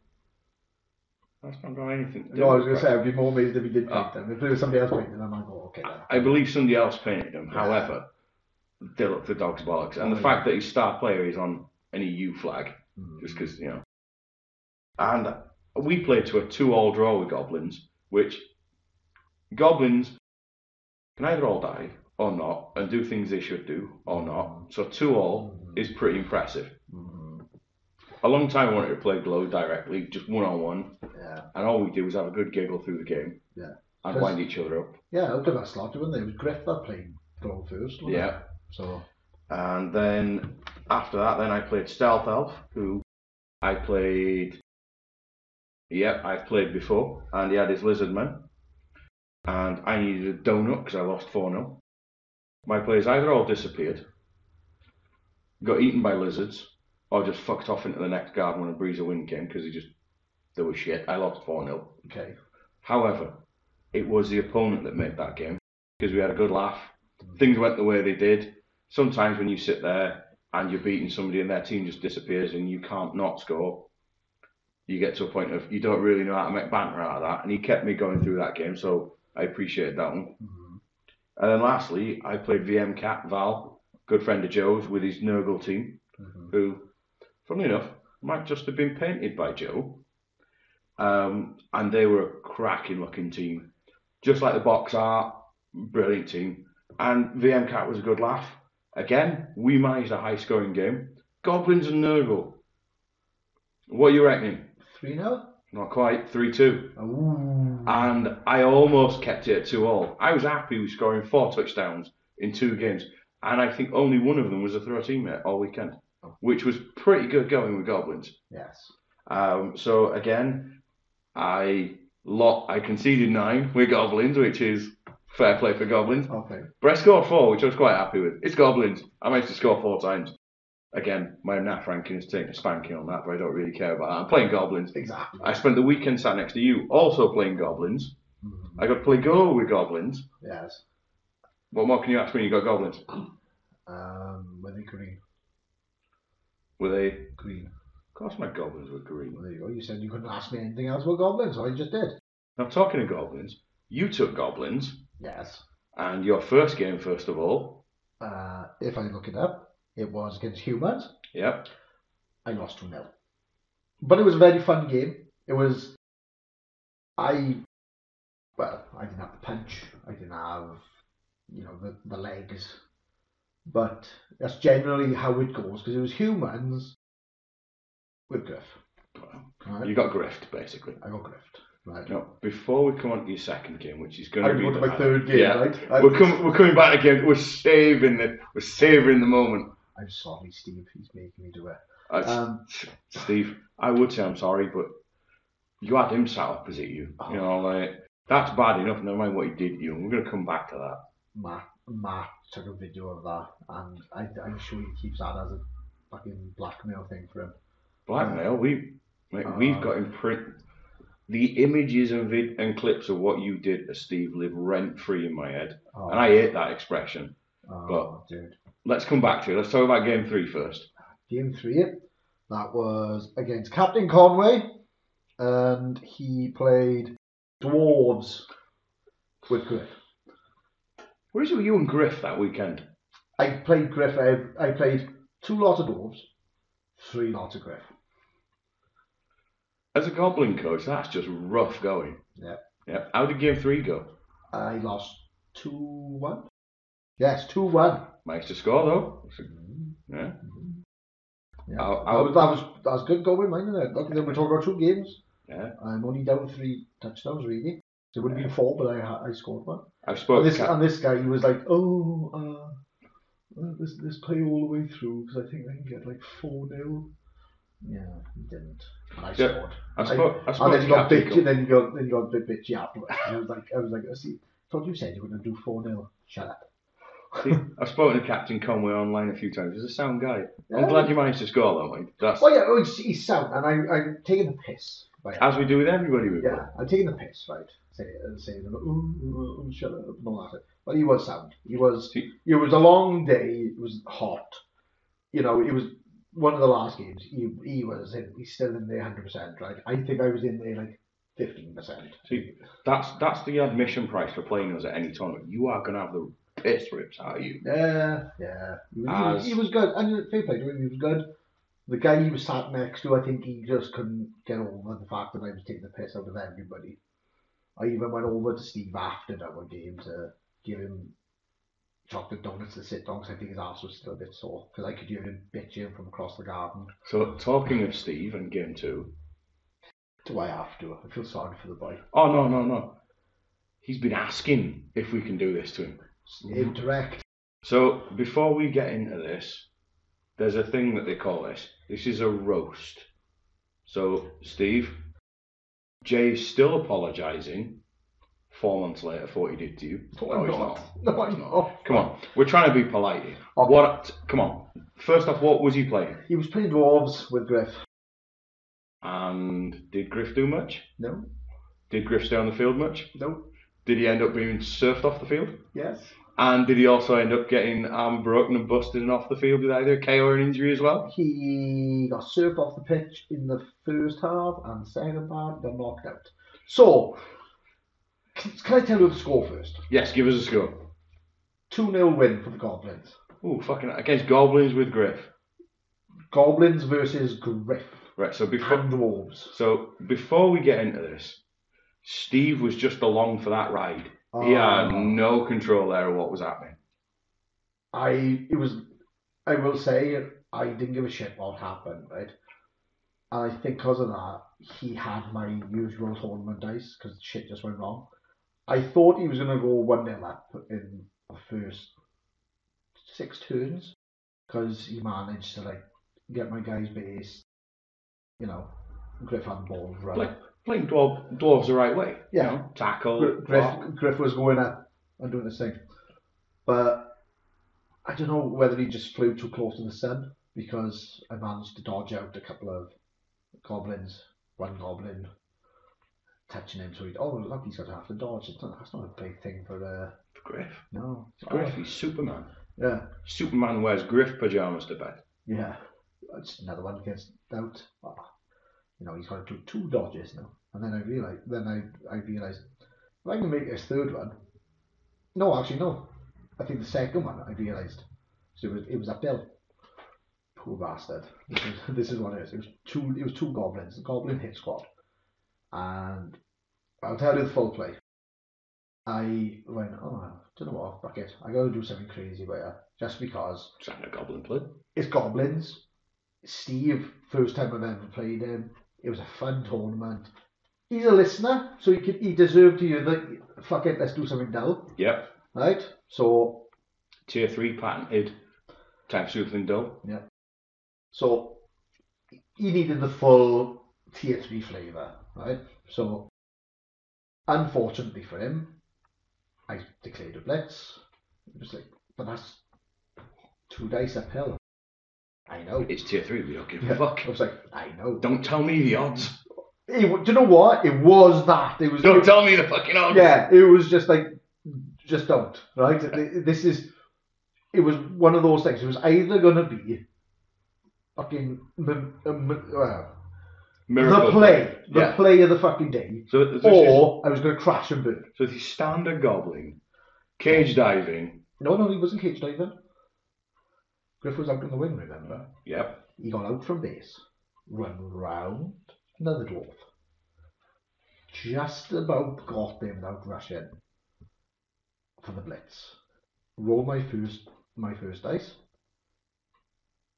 that's not got anything to do No, I was with going to say, I'd be more amazed if he did paint Ah. them. If there was somebody else painting them, I'd go, okay. Then. Braxkits. I believe somebody else painted them. Yeah. However, they look the dog's bollocks. And Oh, the yeah. fact that his star player is on an EU flag, Mm. just because, you know. And we played to a two all draw with goblins, which goblins can either all die or not and do things they should do or Mm-hmm. not. So two all is pretty impressive. Mm. A long time I wanted to play Glow directly, just one on one, Yeah. and all we do was have a good giggle through the game. Yeah. And Does- wind each other up. Yeah, look at that slot, wasn't there? It was Griff that played goal first. wasn't it? Yeah. So, And then after that, then I played Stealth Elf, who I played. Yep, I've played before, and he had his lizard man, and I needed a donut because I lost four 0 My players either all disappeared, got eaten by lizards, or just fucked off into the next garden when a breeze of wind came because they just they were shit. I lost four 0 okay. However, it was the opponent that made that game because we had a good laugh. Things went the way they did. Sometimes when you sit there and you're beating somebody and their team just disappears and you can't not score, you get to a point of you don't really know how to make banter out of that. And he kept me going through that game, so I appreciated that one. Mm. And then lastly, I played VM Cat Val, good friend of Joe's, with his Nurgle team Mhm. who, funnily enough, might just have been painted by Joe. Um, and they were a cracking looking team. Just like the box art, brilliant team. And VM Cat was a good laugh. Again, we managed a high scoring game. Goblins and Nurgle. What are you reckoning? 3 0? Not quite, 3 2. Ooh. And I almost kept it at 2 all. I was happy with scoring four touchdowns in two games. And I think only one of them was a throw team all weekend, which was pretty good going with Goblins. Yes. Um, so again, I lot I conceded nine with goblins, which is Fair play for goblins. Okay. But I scored four, which I was quite happy with. It's goblins. I managed to score four times. Again, my NAF ranking has taken a spanking on that, but I don't really care about that. I'm playing goblins. Exactly. I spent the weekend sat next to you, also playing goblins. Mm-hmm. I got to play Go with goblins. Yes. What more can you ask when you got goblins? Um, were they green? Were they? Of Green. course, my goblins were green. Well, there you go. You said you couldn't ask me anything else about goblins, so I just did. Now, talking of goblins, you took goblins, Yes. and your first game, first of all. Uh, if I look it up, it was against humans. Yep. I lost 2 0. But it was a very fun game. It was. I. Well, I didn't have the punch. I didn't have, you know, the, the legs. But that's generally how it goes because it was humans with Griff. Right? You got griffed, basically. I got Griffed. Right. Now, before we come on to your second game, which is going I to can be go to the- my third game, yeah, right? Um, I- we're, com- we're coming back again. We're saving it. We're saving the moment. I'm sorry, Steve. He's making me do it. Uh, Um, Steve, I would say I'm sorry, but you had him sat opposite you. Oh. You know, like that's bad enough. Never mind what he did to you. And we're going to come back to that. Matt, Matt took a video of that, and I, I'm sure he keeps that as a fucking blackmail thing for him. Blackmail. We mate, we've Uh. got in print the images and vid- and clips of what you did to Steve live rent free in my head, Oh, and I hate that expression. oh, dude. Let's come back to it. Let's talk about game three first. Game three, that was against Captain Conway, and he played Dwarves with Griff. Where is it with you and Griff that weekend? I played Griff, I, I played two lots of Dwarves, three lots of Griff. As a goblin coach, that's just rough going. Yeah. Yeah. How did game three go? I lost 2 1. Yes, 2 1. Managed to score though. Mm-hmm. Yeah. Yeah. I'll- that, I'll- was, that was that was good going, mind it. Look, we're talking about two games. Yeah. I'm only down three touchdowns really. So it would have been four, but I ha- I scored one. I've And spoken. this and this guy, he was like, oh, uh, uh, this this play all the way through because I think I can get like four nil. Yeah, he didn't. And I Yeah. scored. I spoke. I spoke. and then to he got Captain bitchy. Then he got then he got a bit bitchy afterwards. And <laughs> I was like, I was like, I see. Thought you said you were gonna do four nil. Shut up. <laughs> Con- <laughs> I've spoken to Captain Conway online a few times. He's a sound guy. Yeah. I'm glad you managed to score that one. That's Well, yeah, oh, he's, he's sound, and I, I'm taking the piss. by it. as we do with everybody. We Yeah, I'm taking the piss, right? Say, uh, saying, ooh, ooh, ooh, shut up, and all that. But he was sound. He was. See- It was a long day. It was hot. You know, it was one of the last games. He, he was. In, he's still in there, hundred percent, right? I think I was in there like fifteen percent. See, that's that's the admission price for playing us at any tournament. You are gonna have the piss ripped out of you. Yeah, yeah. He was, As- he was good. And fair play to him. He was good. The guy he was sat next to, I think he just couldn't get over the fact that I was taking the piss out of everybody. I even went over to Steve after our game to give him chocolate donuts to sit on because I think his ass was still a bit sore because I could hear him bitching from across the garden. So talking of Steve and game two. Do I have to? I feel sorry for the boy. Oh no no no. He's been asking if we can do this to him. Mm-hmm. Indirect. So before we get into this, there's a thing that they call this. This is a roast. So Steve, Jay's still apologising four months later for what he did to you. I'm he's not. <laughs> No, I'm not. Come on, we're trying to be polite here. Okay. What? Come on. First off, what was he playing? He was playing dwarves with Griff. And did Griff do much? No, Did Griff stay on the field much? no, Did he end up being surfed off the field? yes. And did he also end up getting um, broken and busted and off the field with either a KO or an injury as well? He got served off the pitch in the first half and second half got knocked out. So, c- can I tell you the score first? Yes, give us a score. 2 0 win for the Goblins. Ooh, fucking against goblins with Griff. Goblins versus Griff Right. So before and Dwarves. so before we get into this, Steve was just along for that ride. He had Um, no control there of what was happening. I it was I will say I didn't give a shit what happened, right? And I think because of that, he had my usual tournament dice because shit just went wrong. I thought he was gonna go one nil up in the first six turns because he managed to like get my guys base, you know, Griff had balls right. Like playing dwarf, dwarves the right way. Yeah. You know, tackle. Gr- Griff, block. Griff was going up and doing this thing. But I don't know whether he just flew too close to the sun because I managed to dodge out a couple of goblins. One goblin touching him, so he'd oh look, he's got half the dodge. It's not- That's not a big thing for uh, Griff. no. It's Griff, Oh, he's Superman. Yeah, Superman wears Griff pajamas to bed. yeah. It's another one gets out. Ah, you know, he's got to do two dodges now. And then I realized, then I I realized if I can make this third one. No, actually no. I think the second one I realized. So it was it was uphill. Poor bastard. This is, <laughs> this is what it is. It was two it was two goblins, the goblin hit squad. And I'll tell you the full play. I went, oh, I don't know what, fuck it. I gotta do something crazy about it. Just because Sound a goblin play. it's goblins. Steve, first time I've ever played him. It was a fun tournament. He's a listener, so he could, he deserved to hear that. Fuck it, let's do something dull, Yep. right? So Tier three patented type something dull. yeah, so he needed the full tier three flavour, right? So unfortunately for him, I declared a blitz. It was like, but that's two dice uphill. I know. It's tier three. We don't give Yeah, a fuck. I was like, I know. Don't tell me the odds. <laughs> It, w- do you know what? It was that. It was. Don't tell me the fucking odds. yeah, it was just like, just don't. Right? Th- this is. It was one of those things. It was either gonna be, fucking, m- m- well, the Miracle play, the Yeah. play of the fucking day, So, so, or I was gonna crash and burn. so the standard goblin, cage diving. No, no, he wasn't cage diving. Griff was out on the wing. Remember, Yep. he got out from base, run round another dwarf, just about got them without rushing for the blitz. Roll my first my first dice.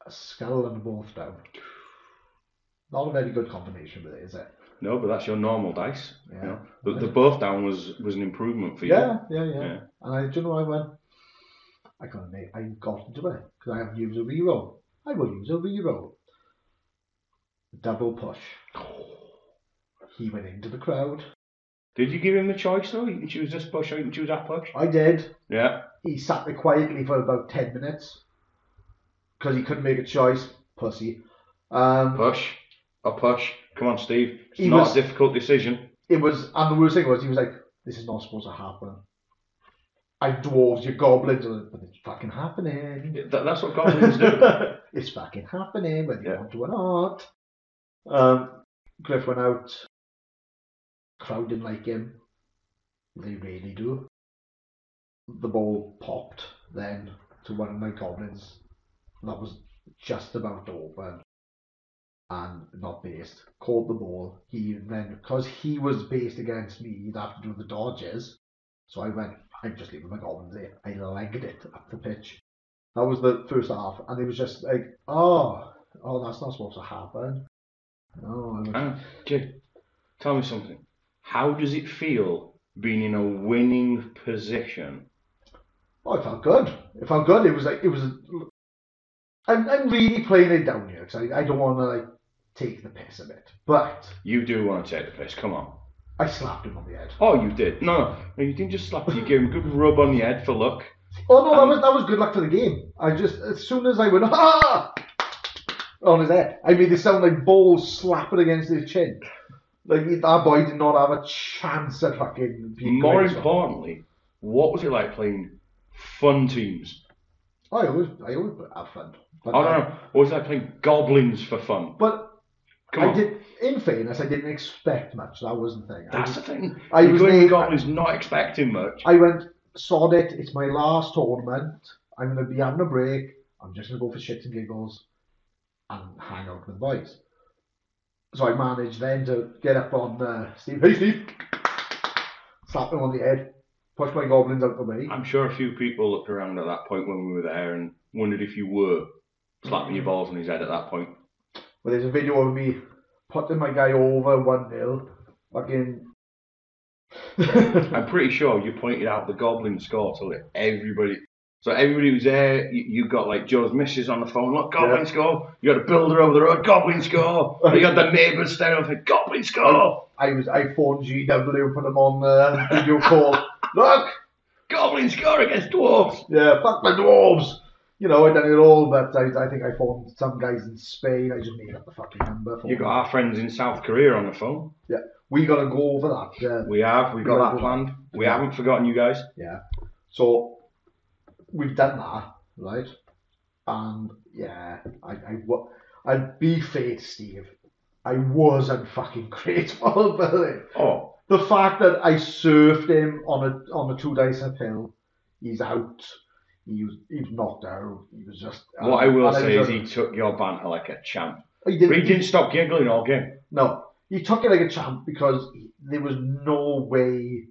A skull and a wolf down. Not a very good combination with it, is it? No, but that's your normal dice. you Yeah. know. The, the both down was was an improvement for you. Yeah, yeah, yeah. Yeah. And I, do you know, I went, I can't make, I got into it because I haven't used a reroll. I will use a reroll. Double push. <sighs> He went into the crowd. Did you give him the choice though? You can choose this push or you can choose that push. I did. Yeah. He sat there quietly for about 10 minutes because he couldn't make a choice. Pussy. Um, Push. A push. Come on, Steve. It's He not was- a difficult decision. it was, and the worst thing was, he was like, this is not supposed to happen. I dwarves, you goblins, but it's fucking happening. That, that's what goblins do. <laughs> it's fucking happening, whether you Yeah. want to or not. Um, Griff went out, crowd didn't like him. They really do. The ball popped then to one of my goblins. That was just about open and not based. Caught the ball. He then, because he was based against me, he'd have to do the dodges. So I went, I'm just leaving my goblins there. I legged it up the pitch. That was the first half, and it was just like, oh, oh, that's not supposed to happen. No, I was- Hang on, Jay, tell me something. How does it feel being in a winning position? oh, it felt good. It felt good. It was like it was. I'm, I'm really playing it down here because I, I don't want to like take the piss of it, but You do want to take the piss. Come on. I slapped him on the head. Oh, you did. No, no, no you didn't just slap. You gave him a good rub on the head for luck. Oh no, that Um, was that was good luck for the game. I just as soon as I went <laughs> ah on his head, I made it sound like balls slapping against his chin. Like that boy did not have a chance at fucking. being More great. importantly, what was it like playing fun teams? I always, I always have fun. But Oh no, no. What was it like playing goblins for fun? But Come I on. did, in fairness, I didn't expect much. That was the thing. I, That's the thing. I You're was going made- with goblins, not expecting much. I went, sod it. It's my last tournament. I'm going to be having a break. I'm just going to go for shits and giggles and hang out with the boys. So I managed then to get up on uh, Steve. Hey, Steve! Slap him on the head. Push my goblins out the way. I'm sure a few people looked around at that point when we were there and wondered if you were slapping your balls on his head at that point. Well, there's a video of me putting my guy over 1 0. <laughs> Fucking. I'm pretty sure you pointed out the goblin score to like everybody. So everybody was there. You, you got like Joe's missus on the phone. Look, goblin Yeah. score. You got a builder over the road. Goblin <laughs> score. you got the neighbours staring up. and, Goblin score. I was I phoned GW, put them on uh, video call. Look, Goblins score against dwarves. Yeah, fuck the dwarves. You know, I done it all, but I, I think I phoned some guys in Spain. I just made up the fucking number. You phoned got our friends in South Korea on the phone. we got to go over that. Yeah. We have. We've got Yeah. that planned. We haven't forgotten you guys. yeah. So we've done that, right? And yeah, I, I, wa- I'd be fair, Steve. I was <laughs> unfucking grateful, but like, Oh, the fact that I served him on a on a two dice uphill, he's out. He was, he was knocked out. He was just. what Um, I will and say is was he just- took your banter like a champ. he But didn't- he didn't stop giggling all game. No, he took it like a champ because he- there was no way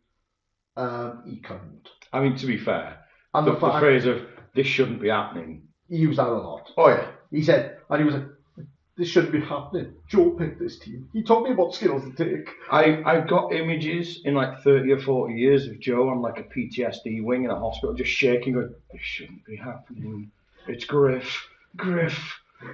um, he couldn't. I mean, to be fair, And the, the, the fact phrase of "this shouldn't be happening." he used that a lot. Oh yeah. He said, and he was like, "This shouldn't be happening." Joe picked this team. He told me what skills to take. I, I've got images in like 30 or 40 years of Joe on like a PTSD wing in a hospital just shaking, going, It shouldn't be happening. It's Griff. Griff.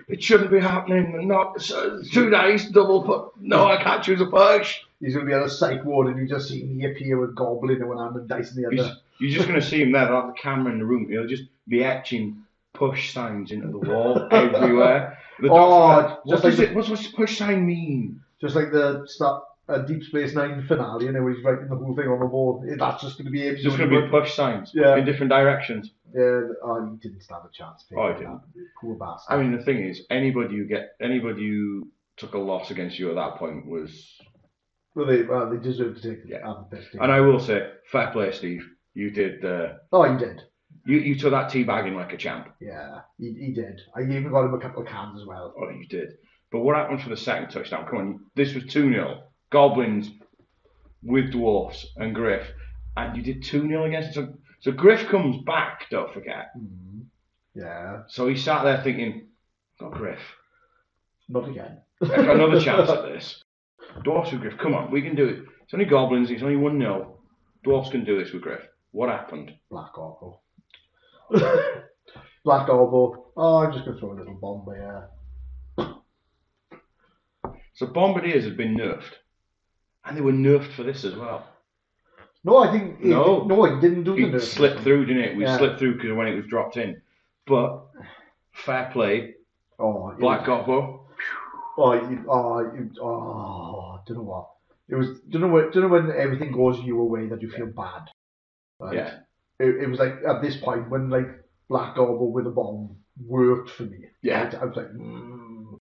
It shouldn't be happening. Not so, two days, double put. No, I can't choose a push. He's gonna be on a psych ward, and you just see me appear with goblin in one hand and dice in the He's- other. you're just going to see him there. They'll have the camera in the room. He'll just be etching push signs into <laughs> the wall everywhere. The Oh, doctor's like, what just does like- it, what's, what's push sign mean? Just like the start uh, Deep Space Nine finale, you know, where he's writing the whole thing on the wall. That's just gonna be him. It's just going to be push signs Yeah. in different directions. Yeah, oh, he didn't stand a chance. Oh, I picking didn't. that. Poor bastard. I mean, the thing is, anybody who get anybody who took a loss against you at that point was, Well, they, well, they deserve to take the Yeah. yeah. best team. and I will say, fair play, Steve. You did. Uh, oh, he did. you you took that teabagging like a champ. Yeah, he, he did. I even got him a couple of cans as well. Oh, you did. But what happened for the second touchdown? Come on, this was two 0 Goblins with dwarfs and Griff, and you did two 0 against. So, so Griff comes back. Don't forget. Mm. Mhm. Yeah, So he sat there thinking, "Got Griff. not again. I've got another chance at this. Dwarfs with Griff, come on, we can do it. It's only goblins, it's only 1 0. Dwarfs can do this with Griff. What happened? Black Orbo. <laughs> Black Orbo. Oh, I'm just going to throw a little bomb there. So Bombardiers have been nerfed. And they were nerfed for this as well. No, I think. he- No. no, he didn't do the It nerf. slipped through, didn't it? We Yeah. slipped through 'cause when it was dropped in. But fair play, Oh, it Black was, Gobbo. oh, you, oh, you, oh, do you know what? It was. Do you know when? Do you know when everything goes your way that you feel bad? Right? Yeah. it, it was like at this point when like Black Orbo with a bomb worked for me. Yeah. I, I was like, mm.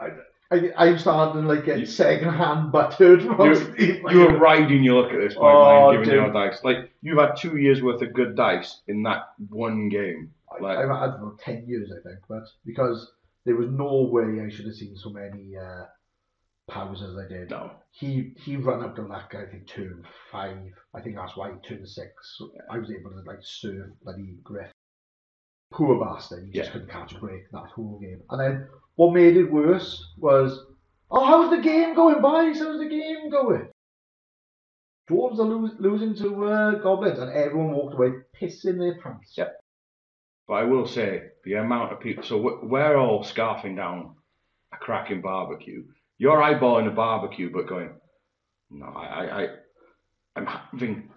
I, I, I'm starting to like You- get second hand buttered. from <laughs> You- Steve. You were riding your luck at this point, Oh, man, giving dude. your dice. Like, you've had two years worth of good dice in that one game. I- Like, I've had for ten years, I think, but because there was no way I should have seen so many uh, powers as I did. no. He he ran out of luck. I think turn five. I think that's why he turned six. So I was able to like serve bloody Griff. Poor bastard. He Yeah. just couldn't catch a break that whole game. And then what made it worse was, oh, how's the game going, boys? How's the game going? Dwarves are lo- losing to uh, goblins, and everyone walked away pissing their pants. Yeah. But I will say the amount of people. So we- we're all scarfing down a cracking barbecue. You're eyeballing a barbecue, but going, no, I, I, I I'm having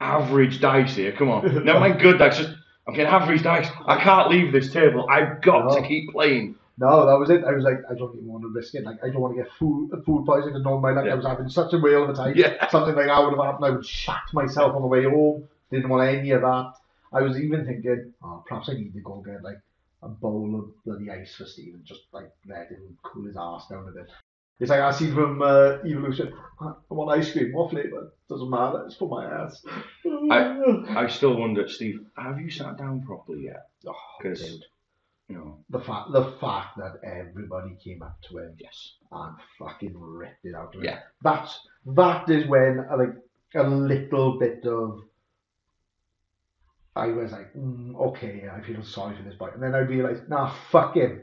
average dice here. <laughs> Come on, never mind good dice. Just I'm getting average dice. I can't leave this table. I've got to No. keep playing. No, that was it. I was like, I don't even want to risk it. Like, I don't want to get food food poisoning and knowing my luck. Yeah. I was having such a whale of a time. Yeah. Something like that would have happened. I would shat myself on the way home. Didn't want any of that. I was even thinking, oh, perhaps I need to go get like a bowl of bloody ice for Steve and just like let him cool his ass down a bit. It's like I see from uh, Evolution. I want ice cream. What flavour? Doesn't matter. It's for my ass. I- I still wonder, Steve, have you sat down properly yet? <sighs> Oh, Because dude. you know, the fact the fact that everybody came up to him. yes, and fucking ripped it out of Yeah. it. That's that is when I like a little bit of I was like, mm, okay, I feel sorry for this boy, and then I realised, nah, fuck him.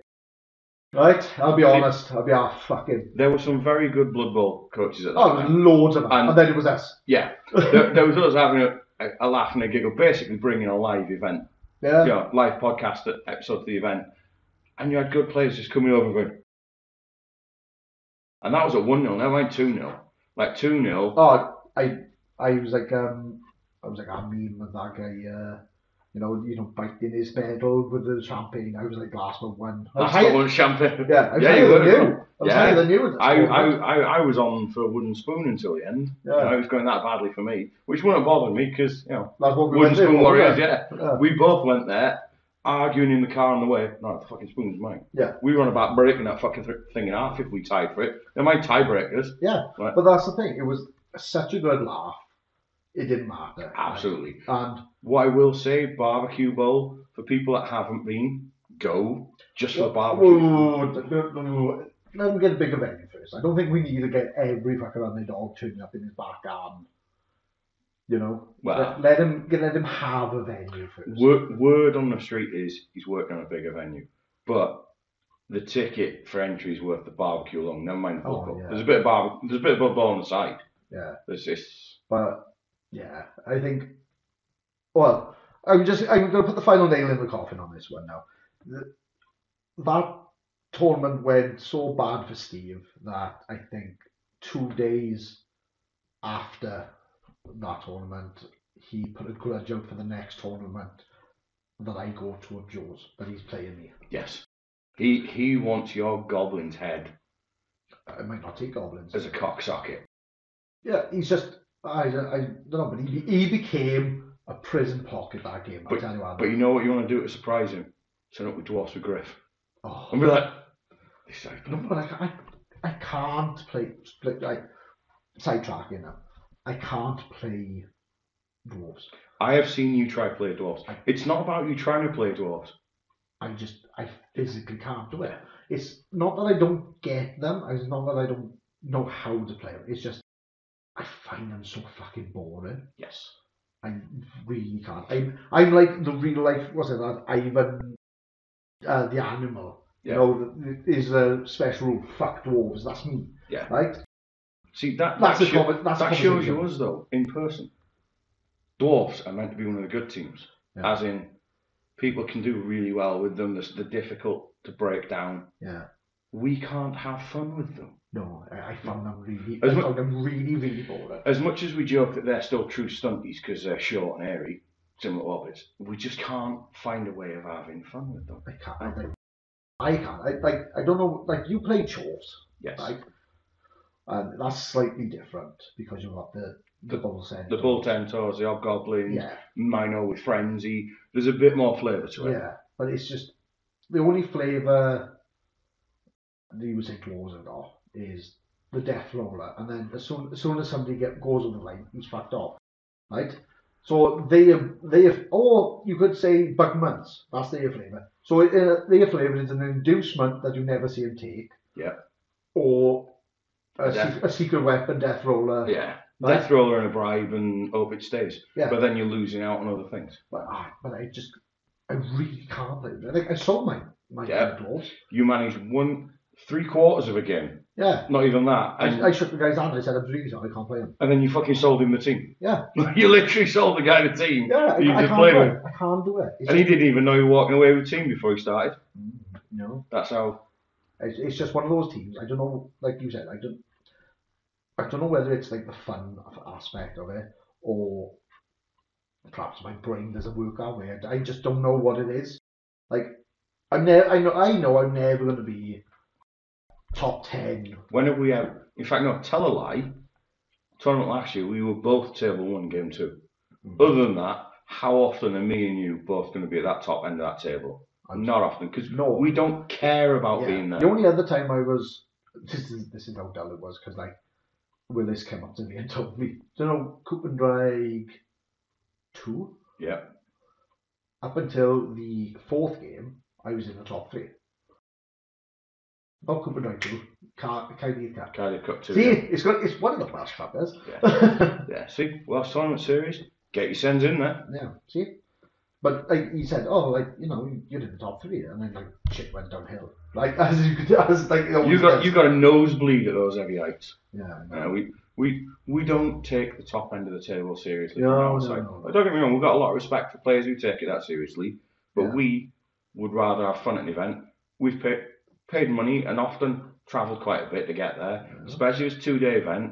Right? I'll be honest. I'll be ah, fuck him. there were some very good Blood Bowl coaches at that Oh, time. there was loads of that, And- and, then it was us. <laughs> Yeah, there, there was us having a, a, a laugh and a giggle, basically bringing a live event, Yeah. you know, live podcast that- episode to the event, and you had good players just coming over and going, and that was at one 0 never mind two 0 like two 0 Oh, I I was like, um, I was like, I mean, that guy, uh, you know, you know, biting his pedal with the champagne. I was like, last but one. Oh, I was That's higher- the one champagne. Yeah, I was Yeah, higher you than were. you. I was Yeah. higher than you. at this I, point. I, I, I was on for a wooden spoon until the end. Yeah. And it was going that badly for me, which wouldn't bother me because, you know, That's what we wooden went there spoon for, warriors, wasn't yeah. it? Yeah. We both went there, arguing in the car on the way. No, the fucking spoon's mine. Yeah. We were on about breaking that fucking th- thing in half if we tied for it. They're my tiebreakers. Yeah, Right. but that's the thing. It was such a good laugh. It didn't matter. Absolutely. And What I will say, barbecue bowl, for people that haven't been, go just for the barbecue. Whoa, whoa, whoa, whoa, whoa, whoa, whoa. Let them get a bigger venue first. I don't think we need to get every fucking on the dog turning up in his back garden. You know, Well- let, let him let him have a venue first. Word, word on the street is he's working on a bigger venue, but the ticket for entry is worth the barbecue alone. Never mind the Oh, football. yeah. There's a bit of barbecue. There's a bit of football on the side. Yeah, There's this. but yeah, I think. Well, I'm just I'm gonna put the final nail in the coffin on this one now. The, that tournament went so bad for Steve that I think two days after that tournament, he put a grudge out for the next tournament that I go to of Joe's that he's playing me. Yes, he he wants your goblin's head I might not take Goblins. as a cocksocket. Yeah, he's just I, I don't know, but he, he became a prison pocket that game. I'll But, tell you what. but you know what you want to do to surprise him? Turn up with dwarfs with griff Oh. and be like, this is No, but I, I, I can't play, play like sidetracking now. I can't play dwarves. I have seen you try play dwarfs. It's not about you trying to play dwarfs. I just I physically can't do it. It's not that I don't get them. It's not that I don't know how to play them. It's just I find them so fucking boring. Yes. I really can't. I'm I'm like the real life. What's it that Ivan, uh, the animal. Yeah. You know, th- th- is a special rule. Fuck dwarves. That's me. Yeah. Right. See that That's that, a sho- comment- that's a that shows you conversation. us though in person. Dwarfs are meant to be one of the good teams, Yeah. as in people can do really well with them. They're, they're difficult to break down. Yeah. We can't have fun with them. No, I, I found them really, As I mu- found them really, really boring. As much as we joke that they're still true stunties because they're short and airy, similar to hobbits, we just can't find a way of having fun with them. I can't. I, like, I can't. I like. I don't know. Like you play chores, Yes, right? And that's slightly different because you've got the the The- bull set. the bull tentors, the hobgoblins, Yeah, Mino with frenzy. There's a bit more flavour to it. yeah. But it's just the only flavour that you would say dwarves have got is the death roller, and then as soon as soon as somebody get goes on the line, he's fucked off, right? So they have, they have, or you could say bugmans. That's their flavour. So uh, their flavour is an inducement that you never see him take. Yeah. Or a, A death- sec- a secret weapon, death roller. Yeah. Right. Death roller and a bribe and hope it stays. Yeah. But then you're losing out on other things. But I, but I just, I really can't believe it. I think I sold my my Yeah. dwarves. You managed one three quarters of a game. Yeah. Not even that. And, I, I shook the guy's hand. I said, "I'm really sorry, I can't play him." and then you fucking sold him the team. <laughs> Yeah. you literally sold the guy the team. Yeah. I, you I just can't played do him. it. I can't do it. It's And he just, didn't even know you were walking away with the team before he started. Mm, no. That's how It's, it's just one of those teams. I don't know, like you said, I don't, I don't know whether it's like the fun of- aspect of it or perhaps my brain doesn't work that way. I I just don't know what it is. Like I'm ne- I know I know I'm never going to be top ten. when have we ever in fact no, tell a lie. Tournament last year we were both table one game two. Hmm. Other than that, how often are me and you both going to be at that top end of that table? I'm- Not often, because No. we don't care about Yeah. being there. The only other time I was, this is this is how dull it was because like Willis came up to me and <laughs> told me, you know, Copenhagen two. Yeah. up until the fourth game, I was in the top three. Not Copenhagen two, Car- Cardiff Cup. Cardiff Cup two. See, yeah. it's got it's one of the Welsh fuckers. Yeah, see, Welsh tournament series, get your sends in there. <laughs> yeah, see. But like he said, oh, like you know, you're in the top three, and then like shit went downhill. Like <laughs> as you could, as like it You always got does. you got a nosebleed at those heavy heights. yeah, I know. Uh, we we we don't take the top end of the table seriously. from No, our no, side. no. But Don't get me wrong, we've got a lot of respect for players who take it that seriously, but Yeah. we would rather have fun at an event. We've paid paid money and often travelled quite a bit to get there, especially if it's a two day event.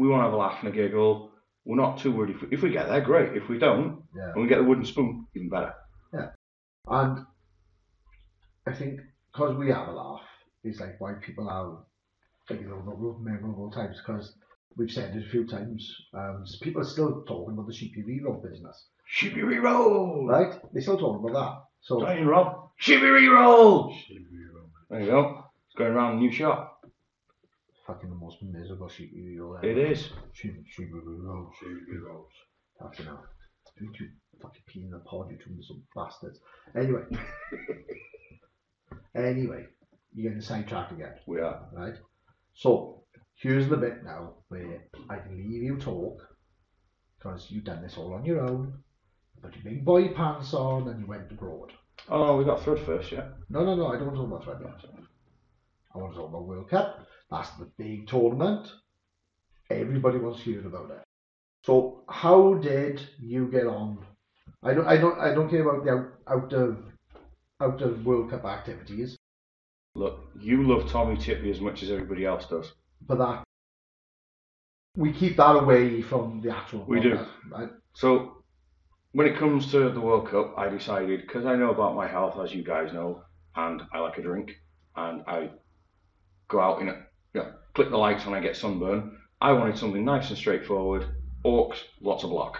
We want to have a laugh and a giggle. We're not too worried. If we, if we get there, great. If we don't, Yeah. and we get the wooden spoon, even better. And I think because we have a laugh is like why people have like you know the real memorable times because we've said it a few times. Um, s- people are still talking about the CPV road business, Shibiri roll, right? They still talking about that. So Dying Rob. Shibiri roll. There you go. It's going around the new shop. fucking the most miserable CPV road. It is. CPV road. CPV road. Fucking hell. You two fucking pee in the pod, you two little bastards. Anyway. <laughs> anyway, you're getting sidetracked again. We are. right? So here's the bit now where I can leave you talk because you've done this all on your own. You put your big boy pants on and you went abroad. Oh, we got third first, yeah. No, no, no, I don't want to talk about that. I want to talk about World Cup. That's the big tournament. Everybody wants to hear about it. So how did you get on? I don't, I don't, I don't care about the out, out of out of World Cup activities, Look, you love Tommy Tippy as much as everybody else does. but that we keep that away from the actual. We World do. Cup, right? So, when it comes to the World Cup, I decided because I know about my health, as you guys know, and I like a drink, and I go out in a you know, click the lights and I get sunburn. I wanted something nice and straightforward. Orcs, lots of block.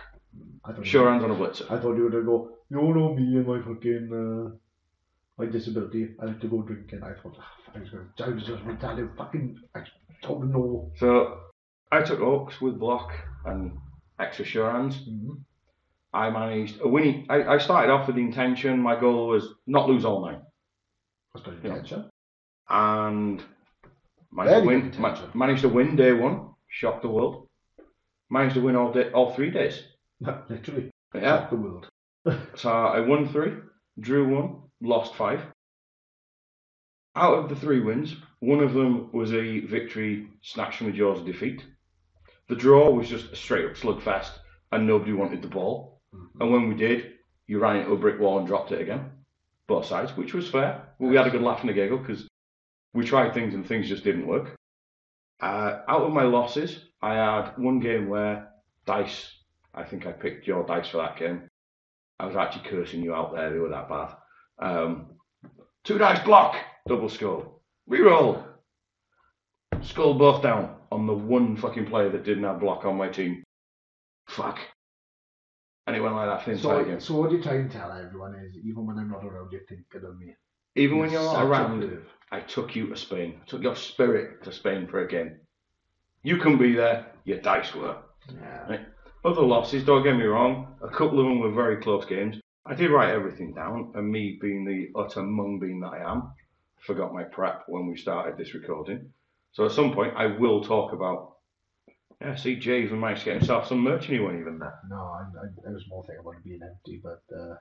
I don't Sure know. hands on a blitzer. I thought you were gonna go. You know me and my fucking uh, my disability. I like to go drinking. I thought "Ah, I was going. I was just retarded. Fucking. I don't know. So, I took orcs with block and extra sure hands. Mhm. I managed a winning. I, I started off with the intention. My goal was not lose all nine. That's good Yeah. intention. <laughs> and Very managed to, win, good ma- intention. managed to win day one, shocked the world. Managed to win all day, all three days. No, Literally. Yeah. Fuck the world. So I won three, drew one, lost five. Out of the three wins, one of them was a victory snatched from the jaws of defeat. The draw was just a straight up slugfest, and nobody wanted the ball. Mm-hmm. And when we did, you ran into a brick wall and dropped it again, both sides, which was fair. But we had a good laugh and a giggle because we tried things and things just didn't work. Uh, out of my losses, I had one game where dice. I think I picked your dice for that game. I was actually cursing you out there. They were that bad. Um, two dice block, double skull, reroll, skull both down on the one fucking player that didn't have block on my team. Fuck. And it went like that for the entire So, game. so what you try and tell everyone is, even when I'm not around, you're thinking of me. Even when you're not Such a around, perv. I took you to Spain. I took your spirit to Spain for a game. You couldn't be there. Your dice were. Yeah. Right. Other losses, don't get me wrong, a couple of them were very close games. I did write everything down, and me being the utter mung bean that I am, forgot my prep when we started this recording. So at some point, I will talk about. Yeah, see, Jay even managed to get himself some merch and he wasn't even there. No, I, I, I was more thinking about being empty, but uh,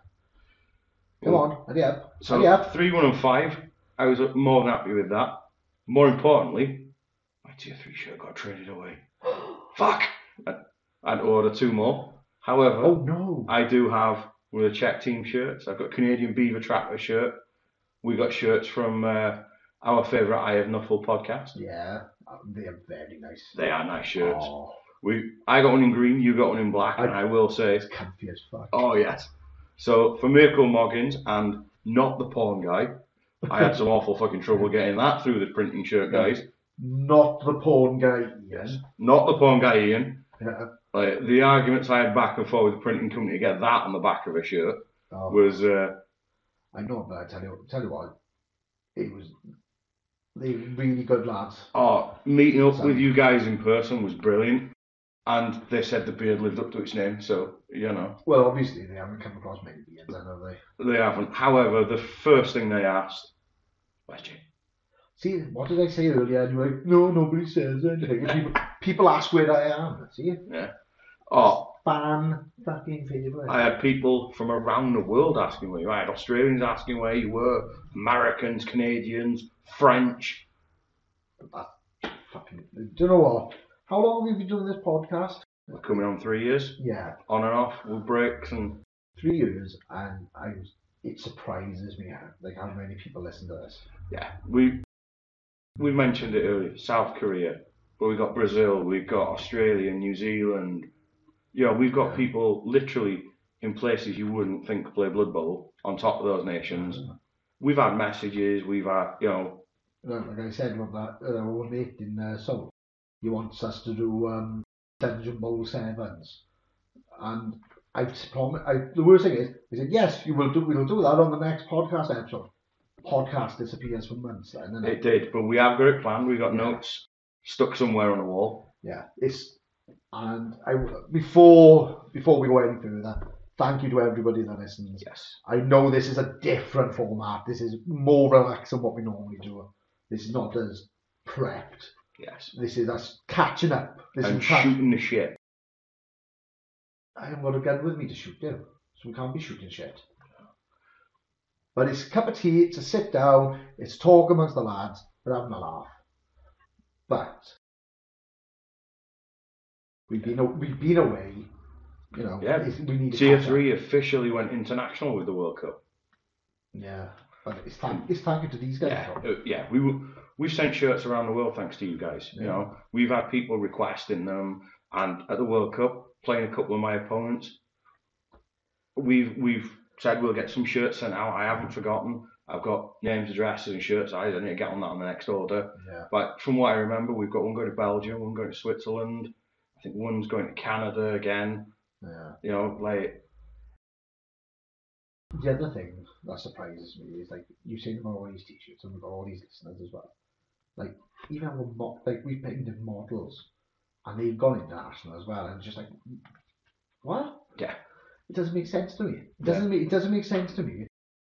come on, hurry up, So hurry up. 3 1 and 5, I was more than happy with that. More importantly, my tier 3 shirt got <gasps> traded away. Fuck! I- I'd order two more. However, Oh no. I do have one of the Czech team shirts. I've got Canadian Beaver Trapper shirt. We got shirts from uh, our favourite I Have Nuffle podcast. Yeah, um, they are very nice. They are nice shirts. Oh, We I got one in green, you got one in black, and I will say, it's comfy as fuck. oh yes. So for Mirko Moggins and not the porn guy, I had some awful fucking trouble getting that through the printing shirt guys. Not the porn guy. Uh, Yes. Not the porn guy Ian. Yeah. Like the arguments I had back and forth with the printing company to get that on the back of a shirt Oh, was uh, I know, but I tell you, tell you what, it was they really good lads. Oh, meeting up with you guys in person was brilliant. And they said the beard lived up to its name, so you know Well, obviously they haven't come across many beards, I know they. they haven't. However, the first thing they asked, "Where's Jay?" See, what did I say earlier? And you're like, no, nobody says anything. And People, people ask where I am. See, Oh, fan fucking favorite. I had people from around the world asking where you. Were. I had Australians asking where you were, Americans, Canadians, French. fucking. Do you know what? How long have you been doing this podcast? We're coming on three years, Yeah, on and off with breaks, and three years, and I. It surprises me how, like how many people listen to this. yeah, we we mentioned it earlier. South Korea, but we got Brazil, we've got Australia, New Zealand, Yeah, we've got people literally in places you wouldn't think play Blood Bowl on top of those nations. We've had messages, we've had, you know, Like like I said, with that uh, old mate in uh, Seoul, he wants us to do um, Dungeon Bowl sevens, and I promise. I, the worst thing is, he said, "Yes, you will do. We will do that on the next podcast episode." Podcast disappears for months, then, and it did. But we have got it planned, we've got notes stuck somewhere on the wall. yeah, it's and I before before we go any further, thank you to everybody that listens. Yes. I know this is a different format. This is more relaxed than what we normally do. This is not as prepped. Yes. This is us catching up. This And is catch- shooting the shit. I haven't got a gun with me to shoot you, so we can't be shooting shit. But it's a cup of tea, it's a sit down, it's talk amongst the lads, we're having a laugh. But we've been a- we've been away, you know. Yeah. it's- we need to Tier catch up. 3 officially went international with the World Cup. Yeah, but it's thank it's thank you to these guys. Yeah, though. uh, yeah. We were, we've sent shirts around the world thanks to you guys. You Yeah. know, we've had people requesting them, and at the World Cup, playing a couple of my opponents, we've we've said we'll get some shirts sent out. I haven't forgotten. I've got names, addresses, and shirts. I need to get on that on the next order. yeah. But from what I remember, we've got one going to Belgium, one going to Switzerland. I think one's going to Canada again. Yeah. You know, like The other thing that surprises me is like you saying about all these t-shirts and we've got all these listeners as well. Like even our mo- like we've painted models and they've gone international as well and it's just like what? yeah, It doesn't make sense to me. It Yeah. doesn't make it doesn't make sense to me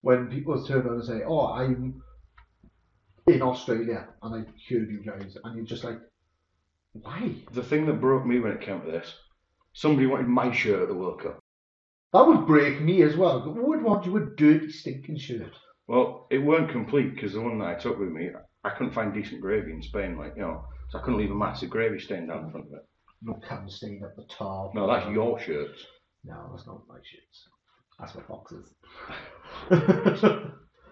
when people turn around and say, Oh, I'm in Australia and I heard you guys and you're just like why? the thing that broke me when it came to this, somebody wanted my shirt at the World Cup. That would break me as well. Who would want you a dirty stinking shirt? Well, it weren't complete because the one that I took with me, I couldn't find decent gravy in Spain, like, you know, so I couldn't leave a massive gravy stain down the front of it. No cum stain at the top. No, that's your shirt. No, that's not my shirts. That's my boxes. <laughs>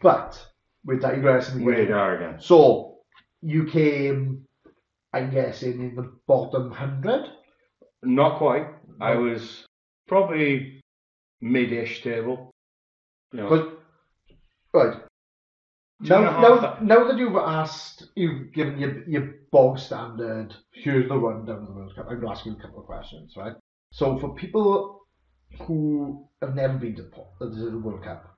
but we're digressing Weird again. are again. So you came, I'm guessing, in the bottom hundred. Not quite. I was probably mid ish table. You know, But right. Two Now, and a now, half- now that you've asked, you've given your, your bog standard, here's the rundown of the World Cup. I'm going to ask you a couple of questions, right? So, for people who have never been to the, po- uh, to the World Cup,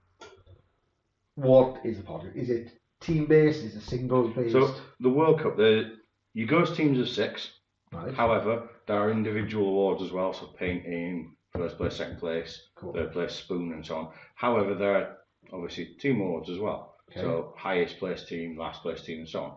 what is the podcast? Is it team based? Is it singles based? so the World Cup, the, you go as teams of six. right. However, there are individual awards as well, so painting, first place, second place, Cool. third place, spoon, and so on. However, there are obviously team awards as well. Okay. So highest place team, last place team, and so on.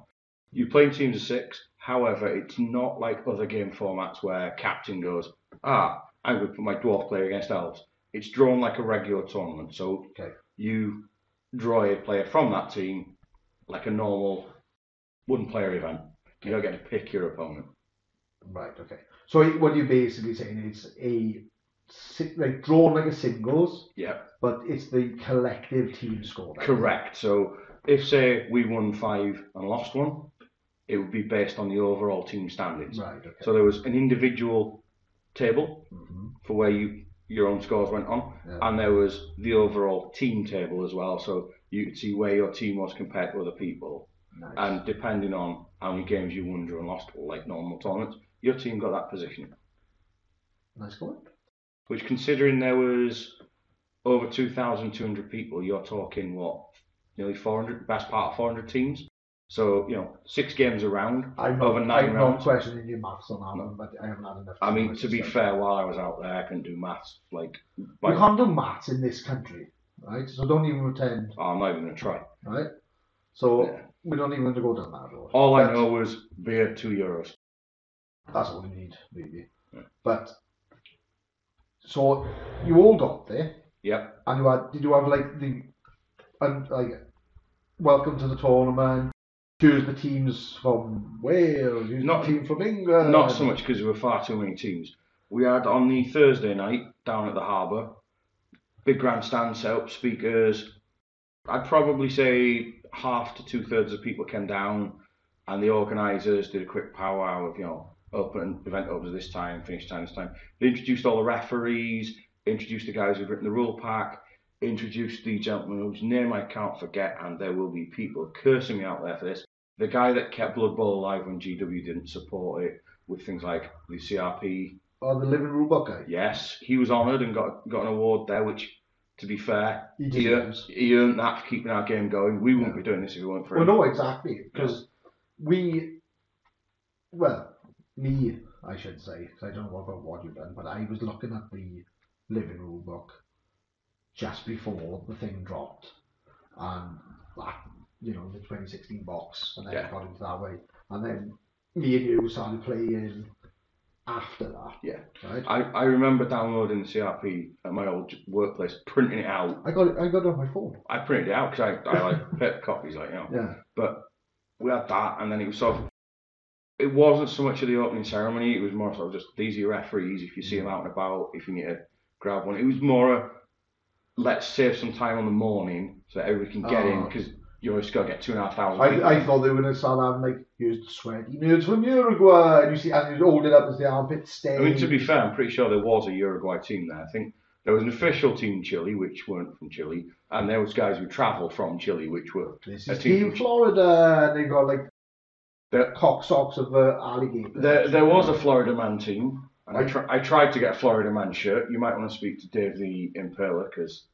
You play in teams of six. However, it's not like other game formats where captain goes, ah, I'm going to put my dwarf player against elves. It's drawn like a regular tournament. So Okay. you draw a player from that team like a normal one-player event. You don't get to pick your opponent. Right. Okay. So, it- what you're basically saying is a si- like drawn like a singles, Yeah. but it's the collective team score. then. Correct. So if say we won five and lost one, it would be based on the overall team standings. Right. Okay. So there was an individual table Mhm. for where you your own scores went on, Yeah. and there was the overall team table as well. So you could see where your team was compared to other people, Nice. and depending on how many games you won, drew, and lost, like normal tournaments, your team got that position. nice going. Which, considering there was over two thousand two hundred people, you're talking what nearly four hundred, best part of four hundred teams. So you know, six games around I'm not, over nine I'm not rounds. questioning your maths on that one, but I haven't had enough. I mean, time to be myself. fair, while I was out there, I couldn't do maths. Like, you by, oh, can't do maths in this country, right? So don't even pretend, I'm not even gonna try. right? So Yeah. we don't even have to go down that road. All I But know was beer two euros. that's all we need, really. Yeah. But so you all got there, Yep. and you had. Did you have like the, and like, welcome to the tournament. Choose the teams from Wales. Choose Not- the team from England. Not so much because there were far too many teams. We had on the Thursday night down at the harbour, big grandstand set up, speakers. I'd probably say half to two thirds of people came down, and the organisers did a quick powwow of you know open event opens this time, finish time this time. They introduced all the referees, introduced the guys who've written the rule pack, introduced the gentleman whose name I can't forget, and there will be people cursing me out there for this. The guy that kept Blood Bowl alive when GW didn't support it with things like the CRP. Oh, the living robot guy. Yes, he was honoured and got got an award there, which, to be fair, He he, earned, deserves. he earned that for keeping our game going. We wouldn't be doing this if it weren't for Well, him. no, exactly. Because we, well, me, I should say, 'cause I don't know about what you've done, but I was looking at the living rule book just before the thing dropped, and that, you know, the 2016 box, and then Yeah. it got into that way, and then me and you started playing after that, Yeah. right? I, I remember downloading the CRP at my old j- workplace, printing it out. I got it. I got it on my phone. I printed it out because I, <laughs> I like pet copies, like you know. Yeah. But we had that, and then it was sort of. It wasn't so much of the opening ceremony. It was more sort of just these are your referees. If you see them out and about, if you need to grab one, it was more a let's save some time on the morning so that everybody can get in Oh. because you always got to get two and a half thousand. I, people. I thought they were going to start having like, here's the sweaty nerds from Uruguay, and you see, and you hold it up as the armpit stain. I mean, to be fair, I'm pretty sure there was a Uruguay team there. I think there was an official team in Chile, which weren't from Chile, and there was guys who travelled from Chile, which were. This a is team Team from- Florida, and they got like There, cock socks of uh, alligator. there, there was a Florida Man team, and I, tr- I tried to get a Florida Man shirt. You might want to speak to Dave the Impaler because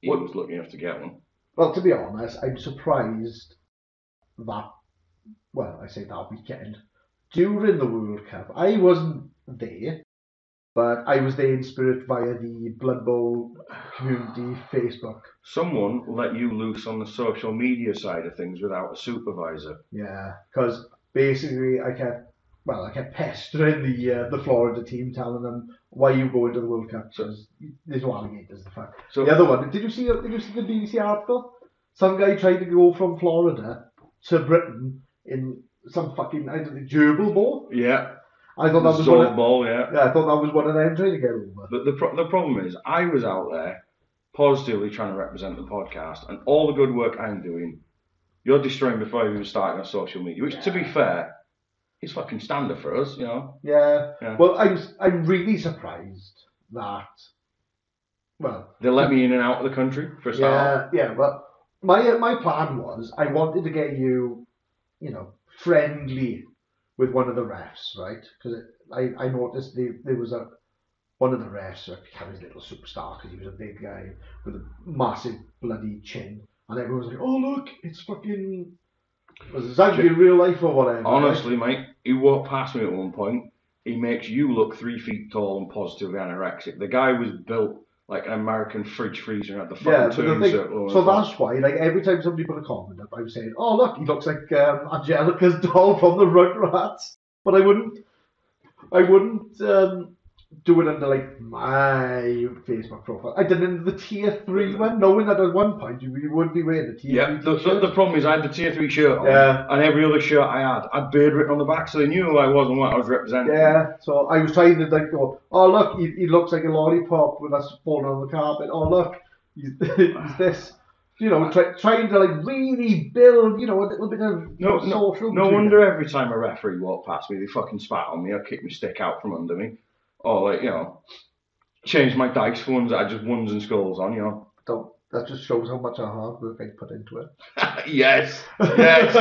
he What- was lucky enough to get one. Well, to be honest, I'm surprised that. Well, I say that weekend during the World Cup, I wasn't there, but I was there in spirit via the Blood Bowl <sighs> community Facebook. Someone let you loose on the social media side of things without a supervisor. Yeah, because basically I kept well, I kept pestering the uh, the Florida team, telling them why you going to the World Cup because there's no alligators. The fuck. So The other one, did you see? Did you see the BBC article? Some guy tried to go from Florida to Britain in some fucking I don't know, gerbil ball. yeah, I thought the that was one. Zorb Of, ball, yeah. yeah, I thought that was one of them trying to get over. The, the, pro- the problem is, I was out there positively trying to represent the podcast and all the good work I'm doing, you're destroying before you even starting on social media, which, to be fair, is fucking standard for us, you know? Yeah. Yeah. Well, I'm I'm really surprised that. Well, They let me in and out of the country for a start. Yeah, yeah. Well, my uh, my plan was I wanted to get you, you know, friendly with one of the refs, right? Because I I noticed the, there was a one of the refs, I became his little superstar because he was a big guy with a massive bloody chin, and everyone was like, "Oh look, it's fucking." Was it Zaggy in real life or whatever? right? Honestly, mate, he walked past me at one point. He makes you look three feet tall and positively anorexic. The guy was built like an American fridge freezer and had the fucking Yeah, yeah, but the tomb circle. thing, on so his back. that's why, like, every time somebody put a comment up, I was saying, oh, look, he looks like um, Angelica's <laughs> doll from the Rugrats. But I wouldn't, I wouldn't um, do it under, like, my Facebook profile. I did it under the tier three one, knowing that at one point you, you would be wearing the tier Yeah, three the, the, t-shirt. the problem is I had the tier three shirt on, Yeah. and every other shirt I had, I'd beard written on the back, so they knew who I was and what I was representing. yeah, so I was trying to like go, oh look, he, he looks like a lollipop when that's falling on the carpet. Oh look, he's, <laughs> he's this, you know, try, trying to like really build, you know, a little bit of No, no, social. no between wonder them. every time a referee walked past me, they fucking spat on me or kicked my stick out from under me, or like you know, changed my dice for ones that I just ones and skulls on. You know. <laughs> Don't, that just shows how much our hard work I put into it. yes. Yes.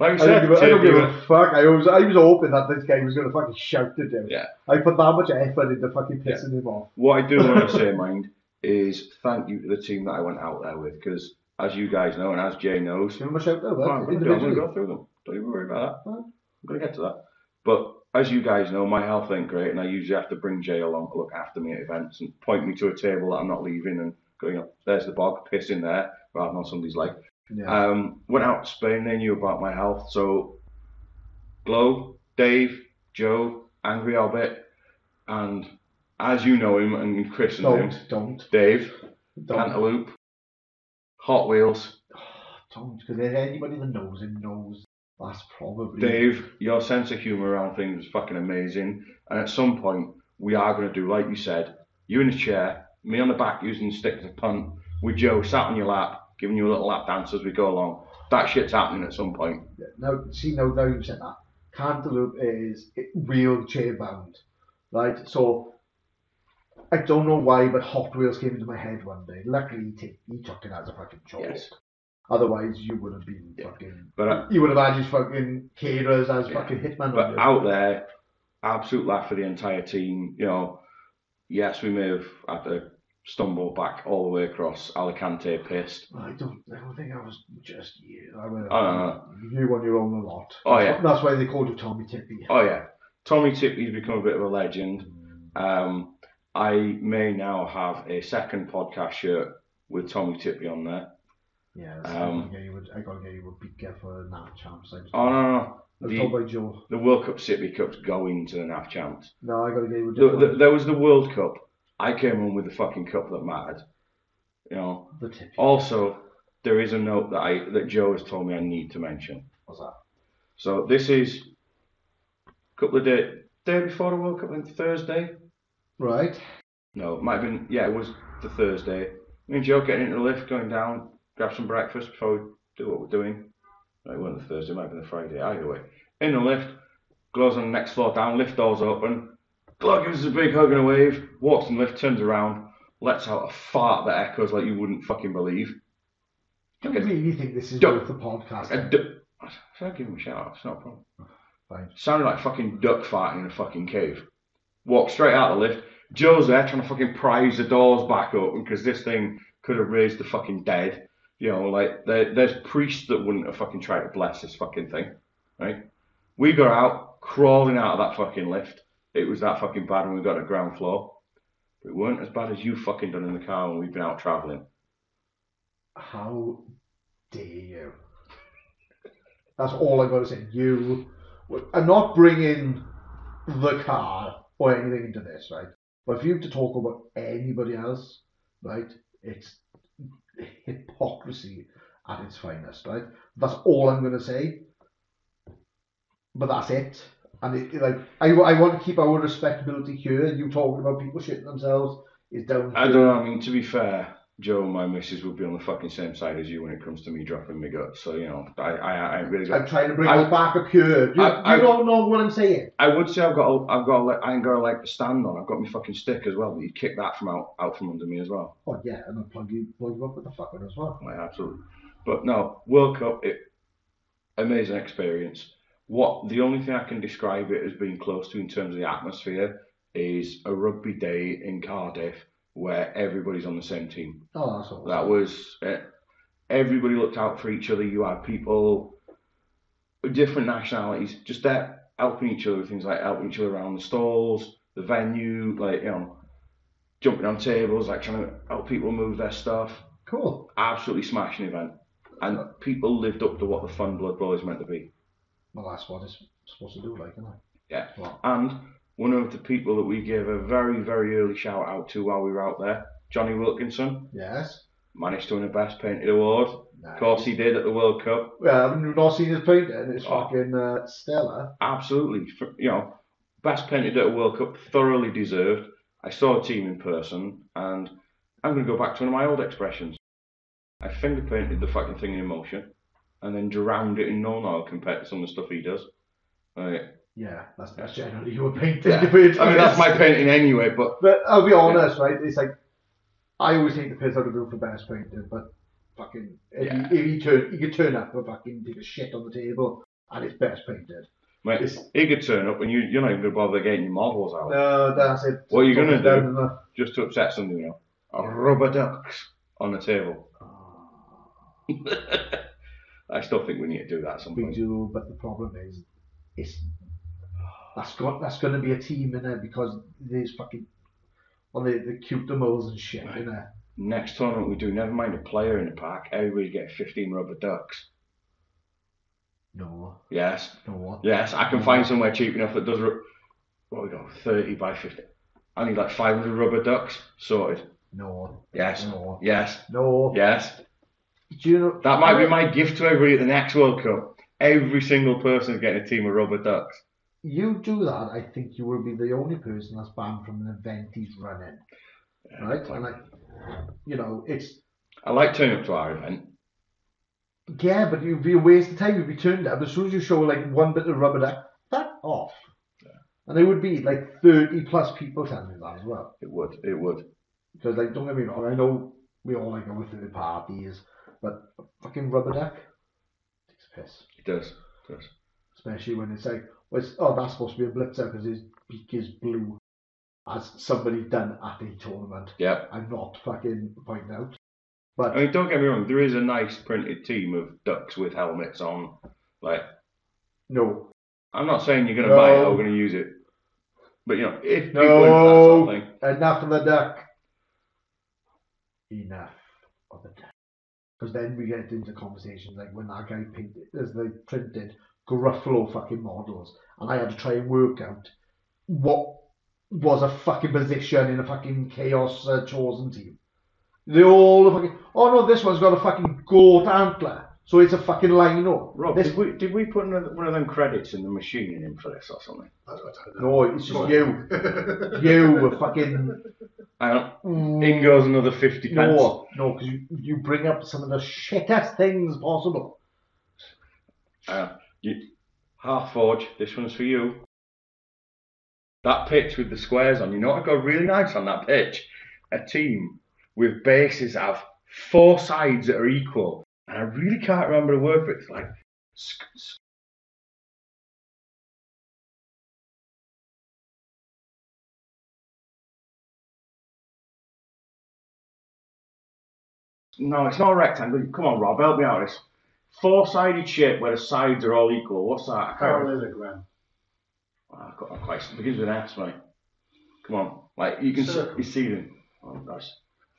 Like I I said, don't, give, a- I tier don't give three, a fuck. I was, I was hoping that this guy was going to fucking shout at him. Yeah. I put that much effort into fucking pissing him off. What I do want to say, mind, is thank you to the team that I went out there with, because as you guys know and as Jay knows, Give him a shout eh? out, Well, I'm but going to individually. go through them. Don't even worry about that. Huh? I'm going to get to that. But as you guys know, my health ain't great, and I usually have to bring Jay along to look after me at events and point me to a table that I'm not leaving and going, up, there's the bog, piss in there, rather than on somebody's leg. Yeah. Um, went out to Spain, they knew about my health. So, Glow, Dave, Joe, Angry Albert, and as you know him and Chris and him, don't, don't, Dave, don't. Cantaloupe, Hot Wheels, don't, because anybody that knows him knows that's probably Dave, your sense of humour around things is fucking amazing. And at some point, we are going to do, like you said, you in a chair, me on the back using the stick as a punt, with Joe sat on your lap, giving you a little lap dance as we go along. That shit's happening at some point. No, see, no, no, you said that. Cantaloupe is wheelchair bound, right? So I don't know why, but Hot Wheels came into my head one day. Luckily, he, t- he took it as a fucking choice. Yes. Otherwise, you would have been Yeah. fucking. But uh, I, You would have had his fucking caterers as Yeah. fucking hitman. but out there, absolute laugh for the entire team. You know, yes, we may have had to stumble back all the way across Alicante pissed. I don't. I don't think I was just you. I was. Uh, you on your own a lot. Oh, yeah. That's why they called you Tommy Tippy. Oh yeah, Tommy Tippy's become a bit of a legend. Um, I may now have a second podcast shirt with Tommy Tippy on there. Yeah. Um, I, you would, I gotta get you a big gift for Nat Champs. I just, Oh no, no, I no. was told The, by Joe. the World Cup City Cup's going to the NAF Champs. No, I gotta get you a The, different the, there was the World Cup. I came home with the fucking cup that mattered. You know. the Tippy. Oh. Also, there is a note that I that Joe has told me I need to mention. What's that? So this is a couple of day day before the World Cup, I think Thursday. Right. No, it might have been yeah, it was the Thursday. Me and Joe getting into the lift, going down, grab some breakfast before we do what we're doing. No, it wasn't the Thursday, it might have been the Friday, either way. In the lift, gloves on the next floor down, lift doors open. Glow gives us a big hug and a wave, walks in the lift, turns around, lets out a fart that echoes like you wouldn't fucking believe. Do Okay. you really think this is Don't- worth the podcast? I d- I said give him a shout out, it's not a problem. Fine. Sounded like fucking duck farting in a fucking cave. Walked straight out of the lift. Joe's there trying to fucking prise the doors back open because this thing could have raised the fucking dead. You know, like there, there's priests that wouldn't have fucking tried to bless this fucking thing, right? We got out crawling out of that fucking lift. It was that fucking bad when we got to ground floor. It weren't as bad as you fucking done in the car when we've been out travelling. How dare you? That's all I've got to say. You, I'm not bringing the car or anything into this, right? But if you have to talk about anybody else, right, it's hypocrisy at its finest, right? That's all I'm going to say. But that's it. And it, like, I, I want to keep our respectability here. You talking about people shitting themselves is down. I don't know. I mean, to be fair, Joe and my missus would be on the fucking same side as you when it comes to me dropping my guts. So you know, I I, I ain't really I'm got. trying to bring I- it back up here. You, I- you I- don't know what I'm saying. I would say I've got a, I've got a, le- I ain't got a leg to stand on. I've got my fucking stick as well. But you kick that from out out from under me as well. Oh yeah, and I plug you plug you up with the fucker as well. Like absolutely. But no, World Cup, it, amazing experience. What the only thing I can describe it as being close to in terms of the atmosphere is a rugby day in Cardiff where everybody's on the same team. Oh, that's all. That was it. Everybody looked out for each other. You had people, of different nationalities, just there helping each other with things like helping each other around the stalls, the venue, like, you know, jumping on tables, like trying to help people move their stuff. cool. Absolutely smashing event. And people lived up to what the fun Blood Bowl is meant to be. Well, that's what it's supposed to do, like, isn't it? Yeah. Well, And one of the people that we gave a very, very early shout out to while we were out there, Johnny Wilkinson, yes. managed to win a Best Painted Award. Nah. Of course, he did at the World Cup. Well, I've not seen his painting. and It's Oh. fucking uh, stellar. absolutely, f- you know, best painted at a World Cup, thoroughly deserved. I saw a team in person, and I'm going to go back to one of my old expressions. I finger painted the fucking thing in emotion, and then drowned it in non oil compared to some of the stuff he does. Like, Yeah, that's that's Yes. generally your painting. <laughs> I mean, that's my painting anyway, but But I'll be honest, right? It's like I always take the piss out of him for best painter, but fucking if, Yeah. he, if he turn he could turn up and fucking take a shit on the table and it's best painted. mate, It's- he could turn up and you, you're not even going to bother getting your models out No, that's it. What are you gonna Done do? enough. just to upset somebody, you know. A rubber ducks on the table. I still think we need to do that at some We point. do, but the problem is, it's that's got that's going to be a team in there because there's fucking well, the the cuticles and shit in there. next tournament we do, never mind a player in the pack, everybody get 15 rubber ducks. No, Yes, no. yes, I can find somewhere cheap enough that does, ru- what we got, 30 by 50. I need like 500 rubber ducks, sorted. No. Yes, No. yes, No. yes. Do you know That might be my gift to everybody at the next World Cup. Every single person's getting a team of rubber ducks. You do that, I think you will be the only person that's banned from an event he's running, right? And like, you know, it's I like turning up to our event. yeah, but you'd be a waste of time if you turned up as soon as you show like one bit of rubber duck. off. And there would be like 30 plus people telling me that as well. It would. It would. Because, like, don't get me wrong, I know we all like our third parties, but a fucking rubber duck takes a piss. It does. It does. Especially when it's like, well, it's, oh, that's supposed to be a blitzer because his beak is blue. As somebody done at a tournament. Yeah. I'm not fucking pointing out. But I mean, don't get me wrong. There is a nice printed team of ducks with helmets on. Like, no, I'm not saying you're going to No. buy it or going to use it, but you know, if people are No. into that sort of thing, Enough of the duck. Enough of the duck. Because then we get into conversations like when that guy painted, as they printed Gruffalo fucking models, and I had to try and work out what was a fucking position in a fucking chaos uh, chosen team. They all fucking. Oh no, this one's got a fucking goat antler, so it's a fucking lino. Rob, this did we did we put another, one of them credits in the machining in for this or something? no, it's just you. You were fucking. I don't, in goes another fifty pence. No, no, because you, you bring up some of the shittest things possible. Uh, you, half forge. This one's for you. That pitch with the squares on. You know what got really nice on that pitch? A team with bases that have four sides that are equal, and I really can't remember the word for it. It's like sc- sc- No, it's not a rectangle. Come on, Rob, help me out. It's four-sided shape where the sides are all equal. What's that? I can't Oh, remember. Parallelogram. I've got a question. Begins with an S, mate. Come on, like you can see, Circle. you see them. Oh, nice.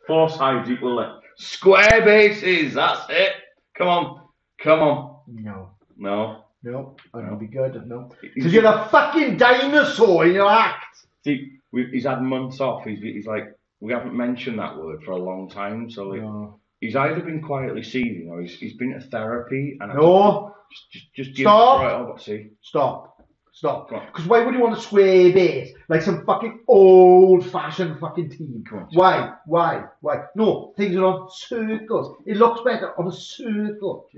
Four sides equal length. Square bases. That's it. Come on, come on. No, No. no, I'm No. gonna be good. No, He's, because you're a fucking dinosaur in your act. see, we, he's had months off. He's, he's like, we haven't mentioned that word for a long time. So like, No, he's either been quietly seething or he's, he's been to therapy. And I no, just, just, just give Stop. It right over. See, stop, stop. Come on. Because why would you want to swear base like some fucking old-fashioned fucking team? Come on. Why, why, why? No, things are on circles. It looks better on a circle.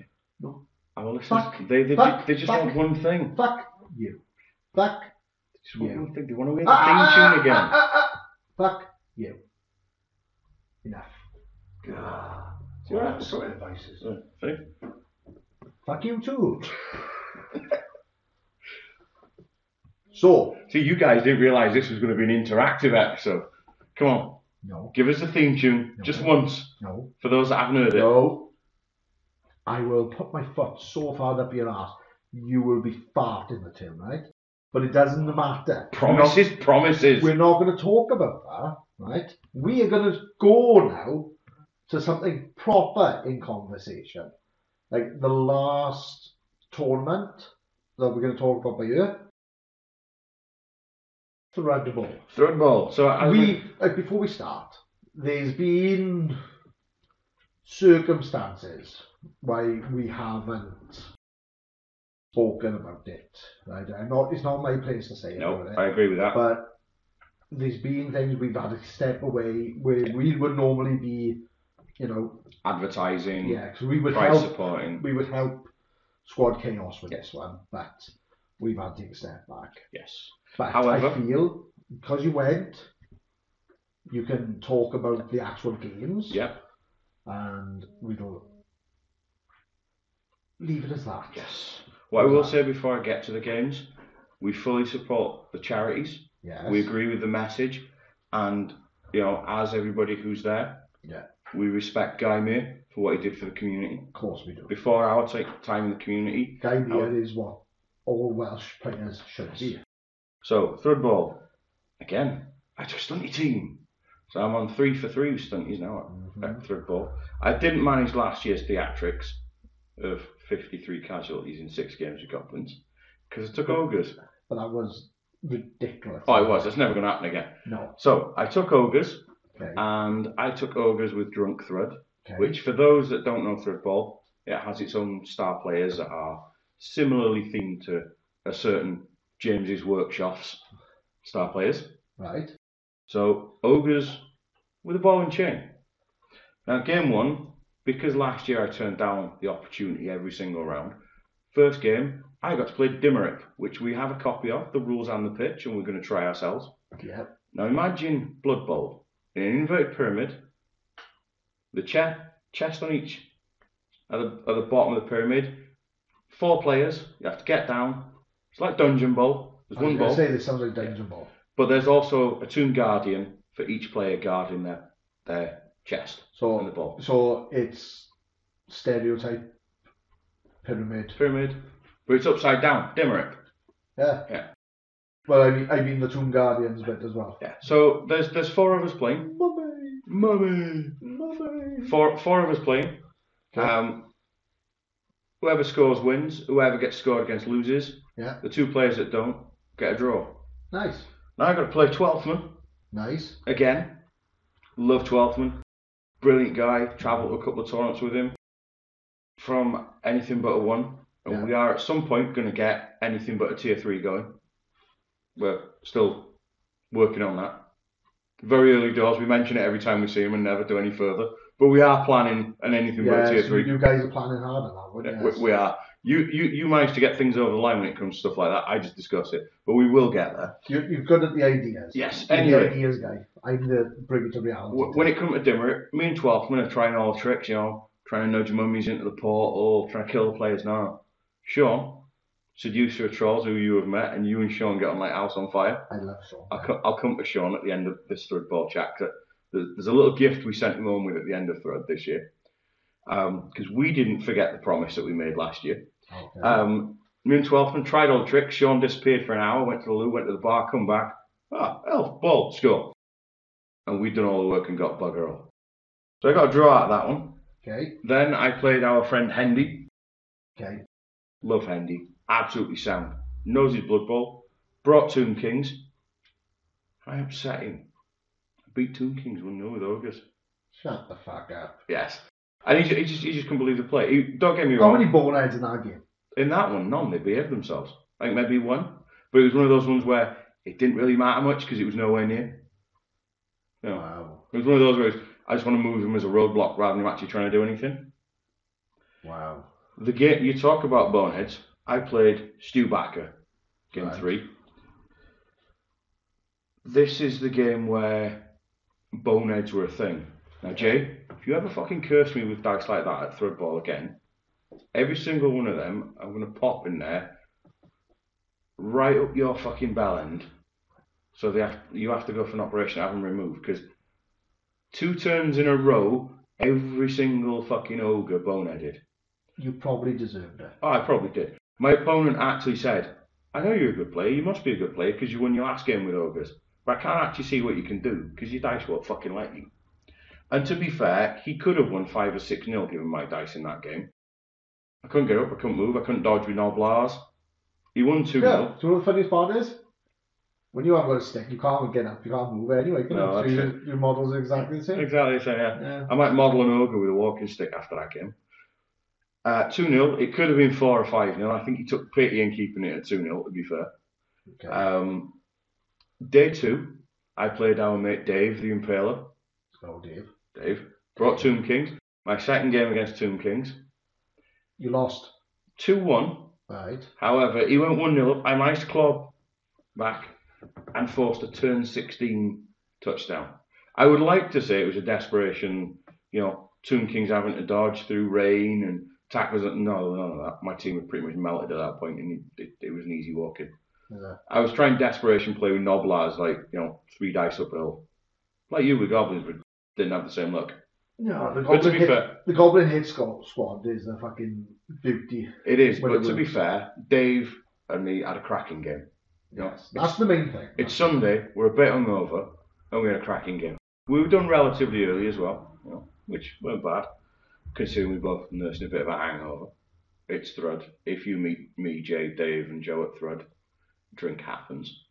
I will listen. Fuck. They, they, Fuck. they just Fuck. want one thing. Fuck you. Fuck Just want Yeah. one thing. They want to hear the Ah, theme tune again. ah, ah, ah. Fuck you. Enough. See what Well, happens? that's sort of devices. Yeah, see? Fuck you too. <laughs> so, See, you guys didn't realise this was going to be an interactive episode. Come on, no, give us a theme tune just once no, for those that haven't heard it. no. I will put my foot so far up your ass, you will be farting the tin, right? But it doesn't matter. Promises, promises. We're not going to talk about that, right? We are going to go now to something proper in conversation. Like the last tournament that we're going to talk about by year. Thread the ball. Thread ball. So as We, like, before we start, there's been circumstances why we haven't spoken about it. Right? I'm not, it's not my place to say no, about it I agree with that. but there's been things we've had to step away where we would normally be, you know, Advertising, yeah, because we would Mm. price help, supporting. we would help Squad Chaos with this one, but we've had to take a step back. Yes. But However- I feel because you went, you can talk about the actual games, Yep. and we'll leave it as that. Yes. What I will say before I get to the games, we fully support the charities. Yes. We agree with the message, and you know, as everybody who's there, Yeah. we respect Guy Meir for what he did for the community. Of course we do. Before our take time in the community, Guy Meir is what all Welsh players should be. So, third ball. Again, I just stunty team. So I'm on three for three with stunties now at, at third ball. I didn't manage last year's theatrics of 53 casualties in six games with Goblins because I took ogres. but that was ridiculous. Oh, it was. That's never going to happen again. No. So I took ogres Okay. and I took ogres with drunk thread, okay. Uh, which for those that don't know third ball, it has its own star players that are similarly themed to a certain James's workshops star players. Right. So ogres with a ball and chain. Now game one, because last year I turned down the opportunity every single round. First game, I got to play Dimmerip, which we have a copy of, the rules and the pitch, and we're going to try ourselves. Yeah. Now imagine Blood Bowl in an inverted pyramid, the chest, chest on each, at the, at the bottom of the pyramid, four players, you have to get down. It's like Dungeon Bowl, there's I was one going to ball, say this sounds like Dungeon Ball. but there's also a Tomb Guardian for each player guarding their, their chest and the So, ball. so it's stereotype pyramid. Pyramid, but it's upside down, Dimmerip. Yeah. Yeah. Well, I mean, I mean the Tomb Guardians bit as well. Yeah. So there's there's four of us playing. Mummy, Mummy. mummy. Four four of us playing. Okay. Um, whoever scores wins. Whoever gets scored against loses. Yeah. The two players that don't get a draw. Nice, Now I've got to play twelfth man nice. again. Love twelfth man. Brilliant guy. Travelled to a couple of tournaments with him. From anything but a one, and Yeah. we are at some point going to get anything but a tier three going. We're still working on that. Very early doors. We mention it every time we see him and never do any further. But we are planning an anything but a Yeah, tier so three you guys are planning hard on that one. yeah, Yeah, we, we are. You, you you manage to get things over the line when it comes to stuff like that. I just discuss it, but we will get there. You, you're good at the ideas. Yes. You're the Anyway, ideas guy. I'm the bring it to reality. w- when it comes to dimmer, me and Twelfth, I'm gonna try all the tricks. You know, trying to nudge mummies into the portal, trying to kill the players. Now, Sean, seducer of trolls, who you have met, and you and Sean get on like house on fire. I love Sean. I'll, co- I'll come to Sean at the end of this thread ball chat. 'cause There's there's a little gift we sent him home with at the end of thread this year, because we didn't forget the promise that we made last year. Okay. Um, Moon Twelfthman tried all tricks. Sean disappeared for an hour, went to the loo, went to the bar, come back. Ah, elf, ball, score. And we'd done all the work and got bugger all. So I got a draw out of that one. okay. Then I played our friend Hendy. Okay. Love Hendy. Absolutely sound. Knows his blood bowl. Brought Tomb Kings. I upset him. Beat Tomb Kings 1 0 with Ogres. Shut the fuck up. Yes. And he, ju- he just he just couldn't believe the play. He, don't get me How wrong. many ball heads in that game? in that one, none. They behaved themselves. I think maybe one, but it was one of those ones where it didn't really matter much because it was nowhere near. No, Wow. it was one of those where it's, I just want to move him as a roadblock rather than him actually trying to do anything. Wow. The game you talk about boneheads. I played Stu Backer, game Right. three. This is the game where boneheads were a thing. Now, Jay, if you ever fucking curse me with dice like that at third ball again, every single one of them, I'm gonna pop in there, right up your fucking bell end. So they have, you have to go for an operation, have them removed, because two turns in a row, every single fucking ogre boneheaded. You probably deserved it. Oh, I probably did. My opponent actually said, I know you're a good player. You must be a good player because you won your last game with Ogres. But I can't actually see what you can do because your dice won't fucking let you. And to be fair, he could have won 5 or 6 nil given my dice in that game. I couldn't get up, I couldn't move, I couldn't dodge with Noblars. He won 2 Yeah. nil. Do you know what the funniest part is? When you have got a stick, you can't get up, you can't move anyway. Can No, you? So that's your, your model's are exactly the same. Exactly, so yeah. Yeah. I might model an ogre with a walking stick after that game. Uh, 2 0. It could have been 4 or 5 0. I think he took pity in keeping it at 2 0, to be fair. Okay. Um, day two, I played our mate Dave the Impaler. oh, Dave. Dave brought Tomb Kings. My second game against Tomb Kings, You lost. two one. Right. However, he went one 0 up. I managed to claw back and forced a turn sixteen touchdown. I would like to say it was a desperation, you know, Tomb Kings having to dodge through rain and tackles. No, none of that. My team had pretty much melted at that point, and it, it, it was an easy walk in. Yeah. I was trying desperation play with Noblars, like, you know, three dice uphill. Like you with Goblins, but didn't have the same luck. No, the But to goblin, be hit, fair- the goblin hit squad, squad is a fucking beauty. It is, Well, but it to be was. fair, Dave and me had a cracking game. Yeah. Yes, that's the main thing. It's Sunday, we're a bit hungover, and we had a cracking game. We were done relatively early as well, you know, which weren't bad, considering we both nursed a bit of a hangover. It's Thread. If you meet me, Jay, Dave, and Joe at Thread, drink happens.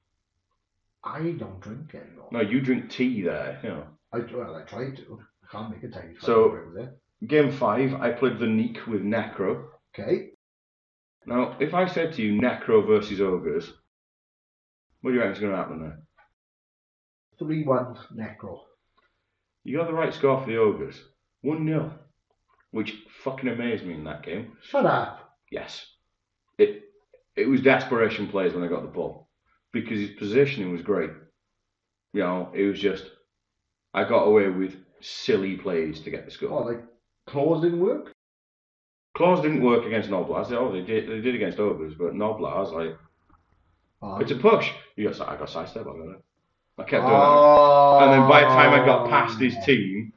I don't drink anymore. No, you drink tea there, you know. I well, I tried to. I can't make a tiny So- fucking with it. Game five, I played the Neek with Necro. Okay. Now, if I said to you Necro versus Ogres, what do you reckon's going to happen there? Three one necro. You got the right score for the Ogres, 1 0, which fucking amazed me in that game. Shut up. Yes. It it was the aspiration plays when I got the ball because his positioning was great. You know, it was just I got away with silly plays to get the score. Well, like claws didn't work. Claws didn't work against Noblars. They, oh, they did. They did against Obers, but Noblars like Ah. Oh, it's a push. You got si- I got sidestep. I got it. I kept doing that. Ah. And then by the time I got past his team,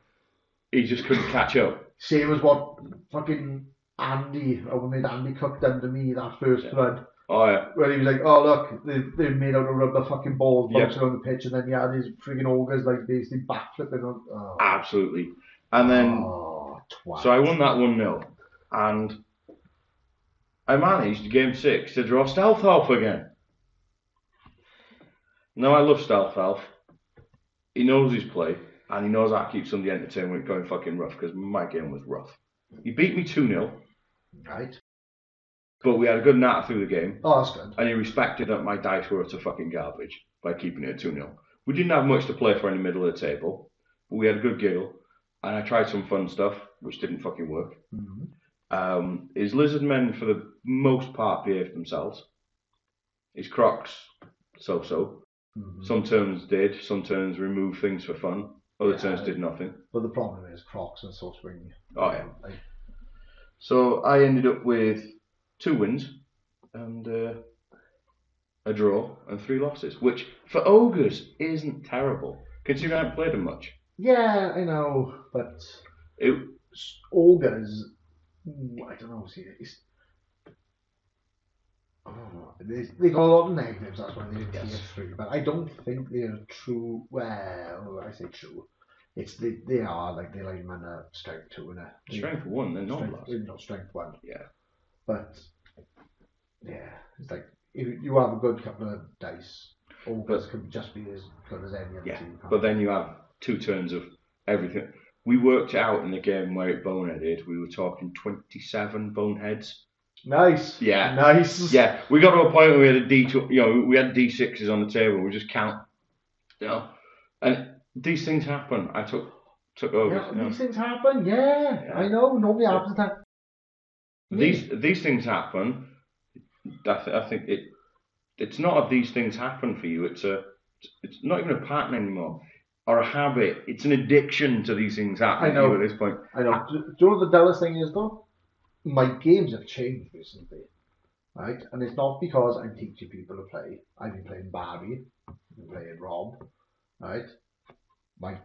he just couldn't catch up. same as what fucking Andy, I made Andy Cook done to me that first Yeah. flood, Oh yeah. where he was like, "Oh look, they they made out of rubber fucking balls Yeah. bouncing on the pitch," and then he had his frigging ogres like basically backflipping on. Oh, Absolutely. And then oh, twat. so I won that one 0 and I managed game six to draw Stealth Elf again. Now I love Stealth Elf. He knows his play and he knows how to keep somebody entertained when it's going fucking rough because my game was rough. He beat me 2 0, right. but we had a good natter through the game Oh, that's good. and he respected that my dice were to fucking garbage by keeping it 2 0. We didn't have much to play for in the middle of the table, but we had a good giggle, and I tried some fun stuff, which didn't fucking work. Mhm. Um, his lizard men, for the most part, behaved themselves. His crocs, so so. Mhm. Some turns did, some turns removed things for fun, other Yeah. turns did nothing. But the problem is Crocs and so swing. Oh, yeah. Like, So I ended up with two wins and uh, a draw and three losses, which for ogres isn't terrible considering I haven't played them much. yeah, I know, but It, s- ogres. ooh, I don't know. See, it's. Oh, they, they got a lot of negatives. That's why they didn't Yes. yes. three. But I don't think they're true. Well, I say true. It's they, they are like they like man a strength two and a strength one, they're not strength, last. they're not strength one. Yeah. But yeah, it's like you, you have a good couple of dice. Ogres But- can just be as good as any other Yeah, team. can't but they? then you have two turns of everything. We worked it out in the game where it boneheaded. We were talking 27 boneheads. nice. Yeah. Nice. Yeah, we got to a point where we had a D, tw- you know, we had D6s on the table. We just count, you know, and these things happen. I took took over. Yeah, you know. these things happen. Yeah, Yeah. I know. Nobody happens that. These these things happen. I, th- I think it it's not of these things happen for you. It's a it's not even a pattern anymore or a habit. It's an addiction to these things happening I to you know. at this point. I know. Do, do you know what the Dallas thing is though? My games have changed recently, right? And it's not because I'm teaching people to play. I've been playing Barbie, I've been playing Rob, right? My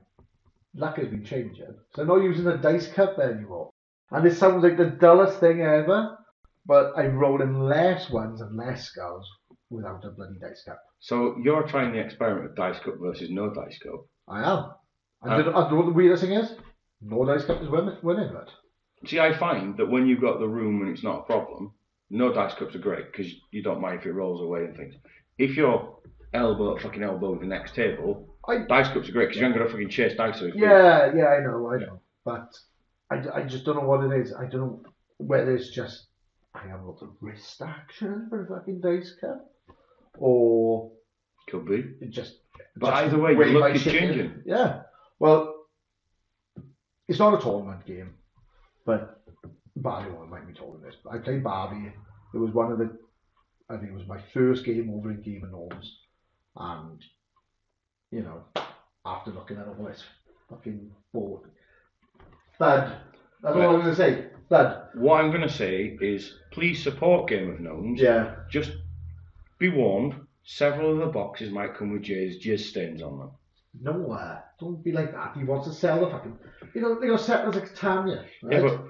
luck has been changing, so I'm not using the dice cup anymore. And it sounds like the dullest thing ever, but I'm rolling less ones and less skulls without a bloody dice cup. So you're trying the experiment of dice cup versus no dice cup. I am. And Uh, do you know- and do you know what the weirdest thing is? No dice cup is winning, winning it. See, I find that when you've got the room and it's not a problem, no dice cups are great because you don't mind if it rolls away and things. If you're elbow fucking elbow the next table, I- dice cups are great because you ain't got to fucking chase dice. with people. Yeah, yeah, I know, I know. But I, I just don't know what it is. I don't know whether it's just I have a lot of wrist action for a fucking dice cup, or could be. it just. But just either way, your my luck is shit in. changing. Yeah. Well, it's not a tournament game, but Barbie won't make me tournament. I played Barbie. It was one of the, I think it was my first game over in Game of Norms, and you know, after looking at all this fucking board, thud. That's all I'm gonna say. Thud. What I'm going to say is please support Game of Gnomes. Yeah. Just be warned, several of the boxes might come with jizz, jizz stains on them. No, uh, don't be like that. He wants to sell the fucking. You know, they're gonna set us like Tanya. Right? Yeah, but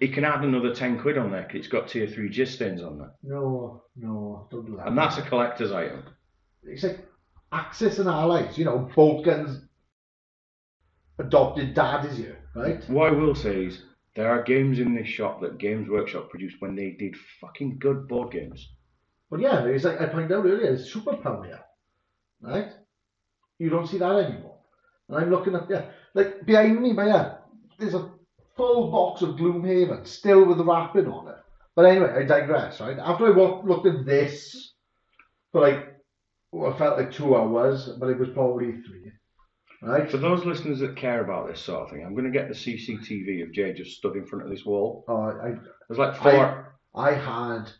it can add another 10 quid on there because it's got tier 3 jizz stains on there. No, no, don't do that. And that's a collector's item. it's like Axis and Allies, you know, Balkans adopted dad is here, right? What I will say is there are games in this shop that Games Workshop produced when they did fucking good board games. But yeah, it's like I pointed out earlier, it's super power, right? You don't see that anymore. And I'm looking at yeah, like behind me, but yeah, there's a full box of Gloomhaven still with the wrapping on it. But anyway, I digress, right? After I walked, looked at this for like, well, it felt like two hours, but it was probably three, right? For those listeners that care about this sort of thing, I'm going to get the CCTV of Jay just stood in front of this wall. Uh, I There's like four. I had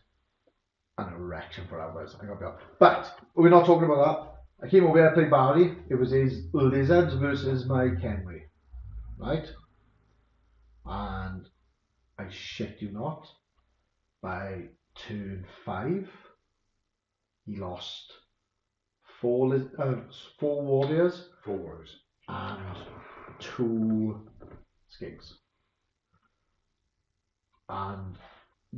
an erection for hours. I got But we're not talking about that. I came over here to play Barry. It was his lizards versus my Kenry, right? And I shit you not, by turn five, he lost four liz- uh, four warriors Four warriors. and two skinks. And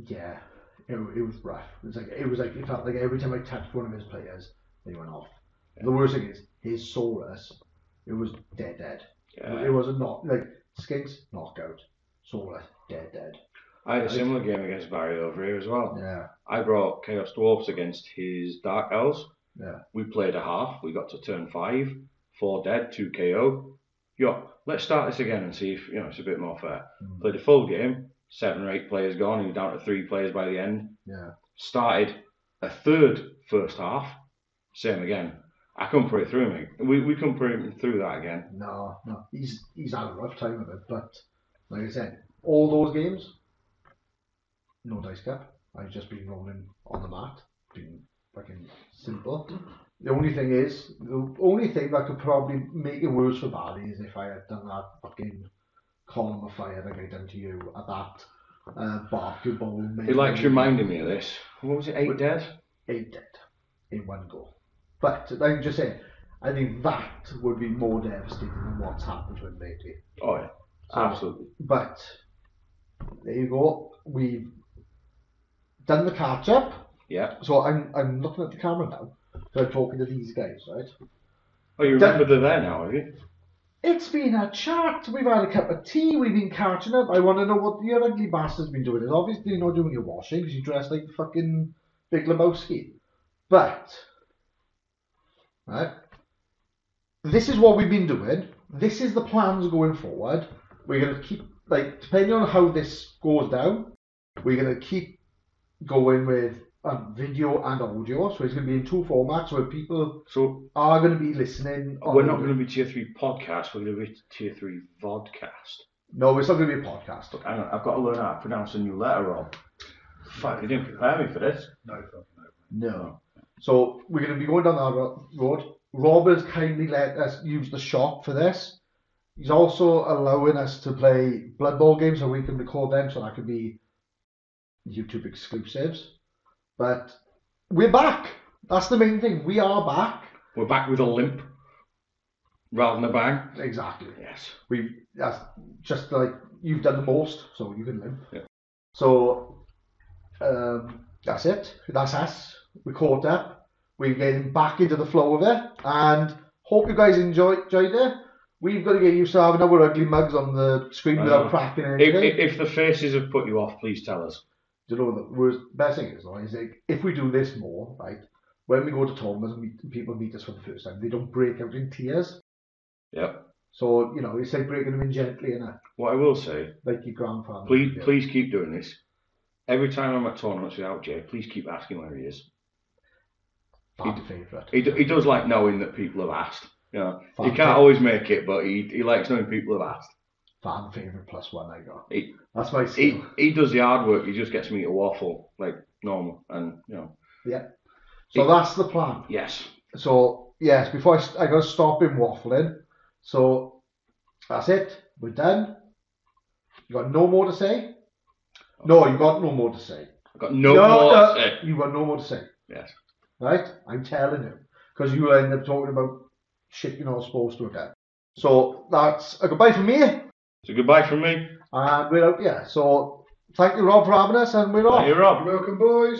yeah, it, wa- it was rough. It was like it was like it felt like every time I touched one of his players, they went off. The worst thing is his Saurus, it was dead dead. It was a not like skinks knockout. Saurus dead dead. I had a similar game against Barry over here as well. Yeah, I brought Chaos Dwarfs against his Dark Elves. yeah. We played a half. We got to turn five, four dead, two KO. Yo, let's start this again and see if you know it's a bit more fair. Mm. Played a full game, seven or eight players gone, and you're down to three players by the end. Yeah. Started a third first half, same again. I couldn't put it through me. We we couldn't put him through that again. No, no. He's he's had a rough time of it, but like I said, all those games, no dice cap. I've just been rolling on the mat, been fucking simple. The only thing is, the only thing that could probably make it worse for Barry is if I had done that fucking column of fire that I done to you at that uh, barbecue bowl. He likes reminding me of this. Mm-hmm. What was it? Eight dead. Eight dead in one go. But I'm just saying, I think that would be more devastating than what's happened to him lately. Oh yeah, absolutely. But there you go. We've done the catch up. Yeah. So I'm I'm looking at the camera now. So I'm talking to these guys, right? Oh, you remember they're there now, have you? It's been a chat. We've had a cup of tea. We've been catching up. I want to know what the other ugly bastard's been doing. It's obviously you're not doing your washing because you dress like the fucking Big Lebowski. But, right? This is what we've been doing. This is the plans going forward. We're going to keep, like, depending on how this goes down, we're going to keep going with um, video and audio. So it's going to be in two formats where people So are going to be listening. on Oh, We're the- not going to be tier three podcast. We're going to be tier three vodcast. No, it's not going to be a podcast. Look, hang on, I've got to learn how to pronounce a new letter wrong. Fuck, you didn't prepare me for this. No. So we're going to be going down that ro- road. Rob has kindly let us use the shop for this. He's also allowing us to play Blood Bowl games so we can record them, so that could be YouTube exclusives. But we're back. That's the main thing. We are back. We're back with a limp rather than a bang. Exactly. Yes. we that's just like you've done the most, so you can live. Yeah. So um, that's it. That's us. We caught up. We're getting back into the flow of it, and hope you guys enjoy, enjoyed it. We've got to get used to having our ugly mugs on the screen I without know. cracking If, anything. if, if the faces have put you off, please tell us. Do you know the worst, best thing is though is like if we do this more, right? When we go to tournaments, and meet, people meet us for the first time. They don't break out in tears. Yep. So you know, it's like breaking them in gently, and What I will say, like your grandfather. please did. please keep doing this. Every time I'm at tournaments without Jay, please keep asking where he is. Fan favourite. He, d- he does like knowing that people have asked. You know, he Fuck can't it. always make it, but he, he likes knowing people have asked. Fan favourite plus one I got. He- That's my he, skill. he does the hard work. He just gets me to waffle like normal, and you know, yeah. So he- that's the plan. yes, So yes, before I, st- I got to stop him waffling. So that's it. We're done. You got no more to say? No, you got no more to say. I've got no, No, more. no, to say. you got no more to say. Yes, right? I'm telling you, because you end up talking about shit you're not supposed to again. So that's a goodbye from me, and so goodbye from me. we're out. Yeah. So thank you, Rob, for having us, and we're off. Hey, Rob. Welcome, boys.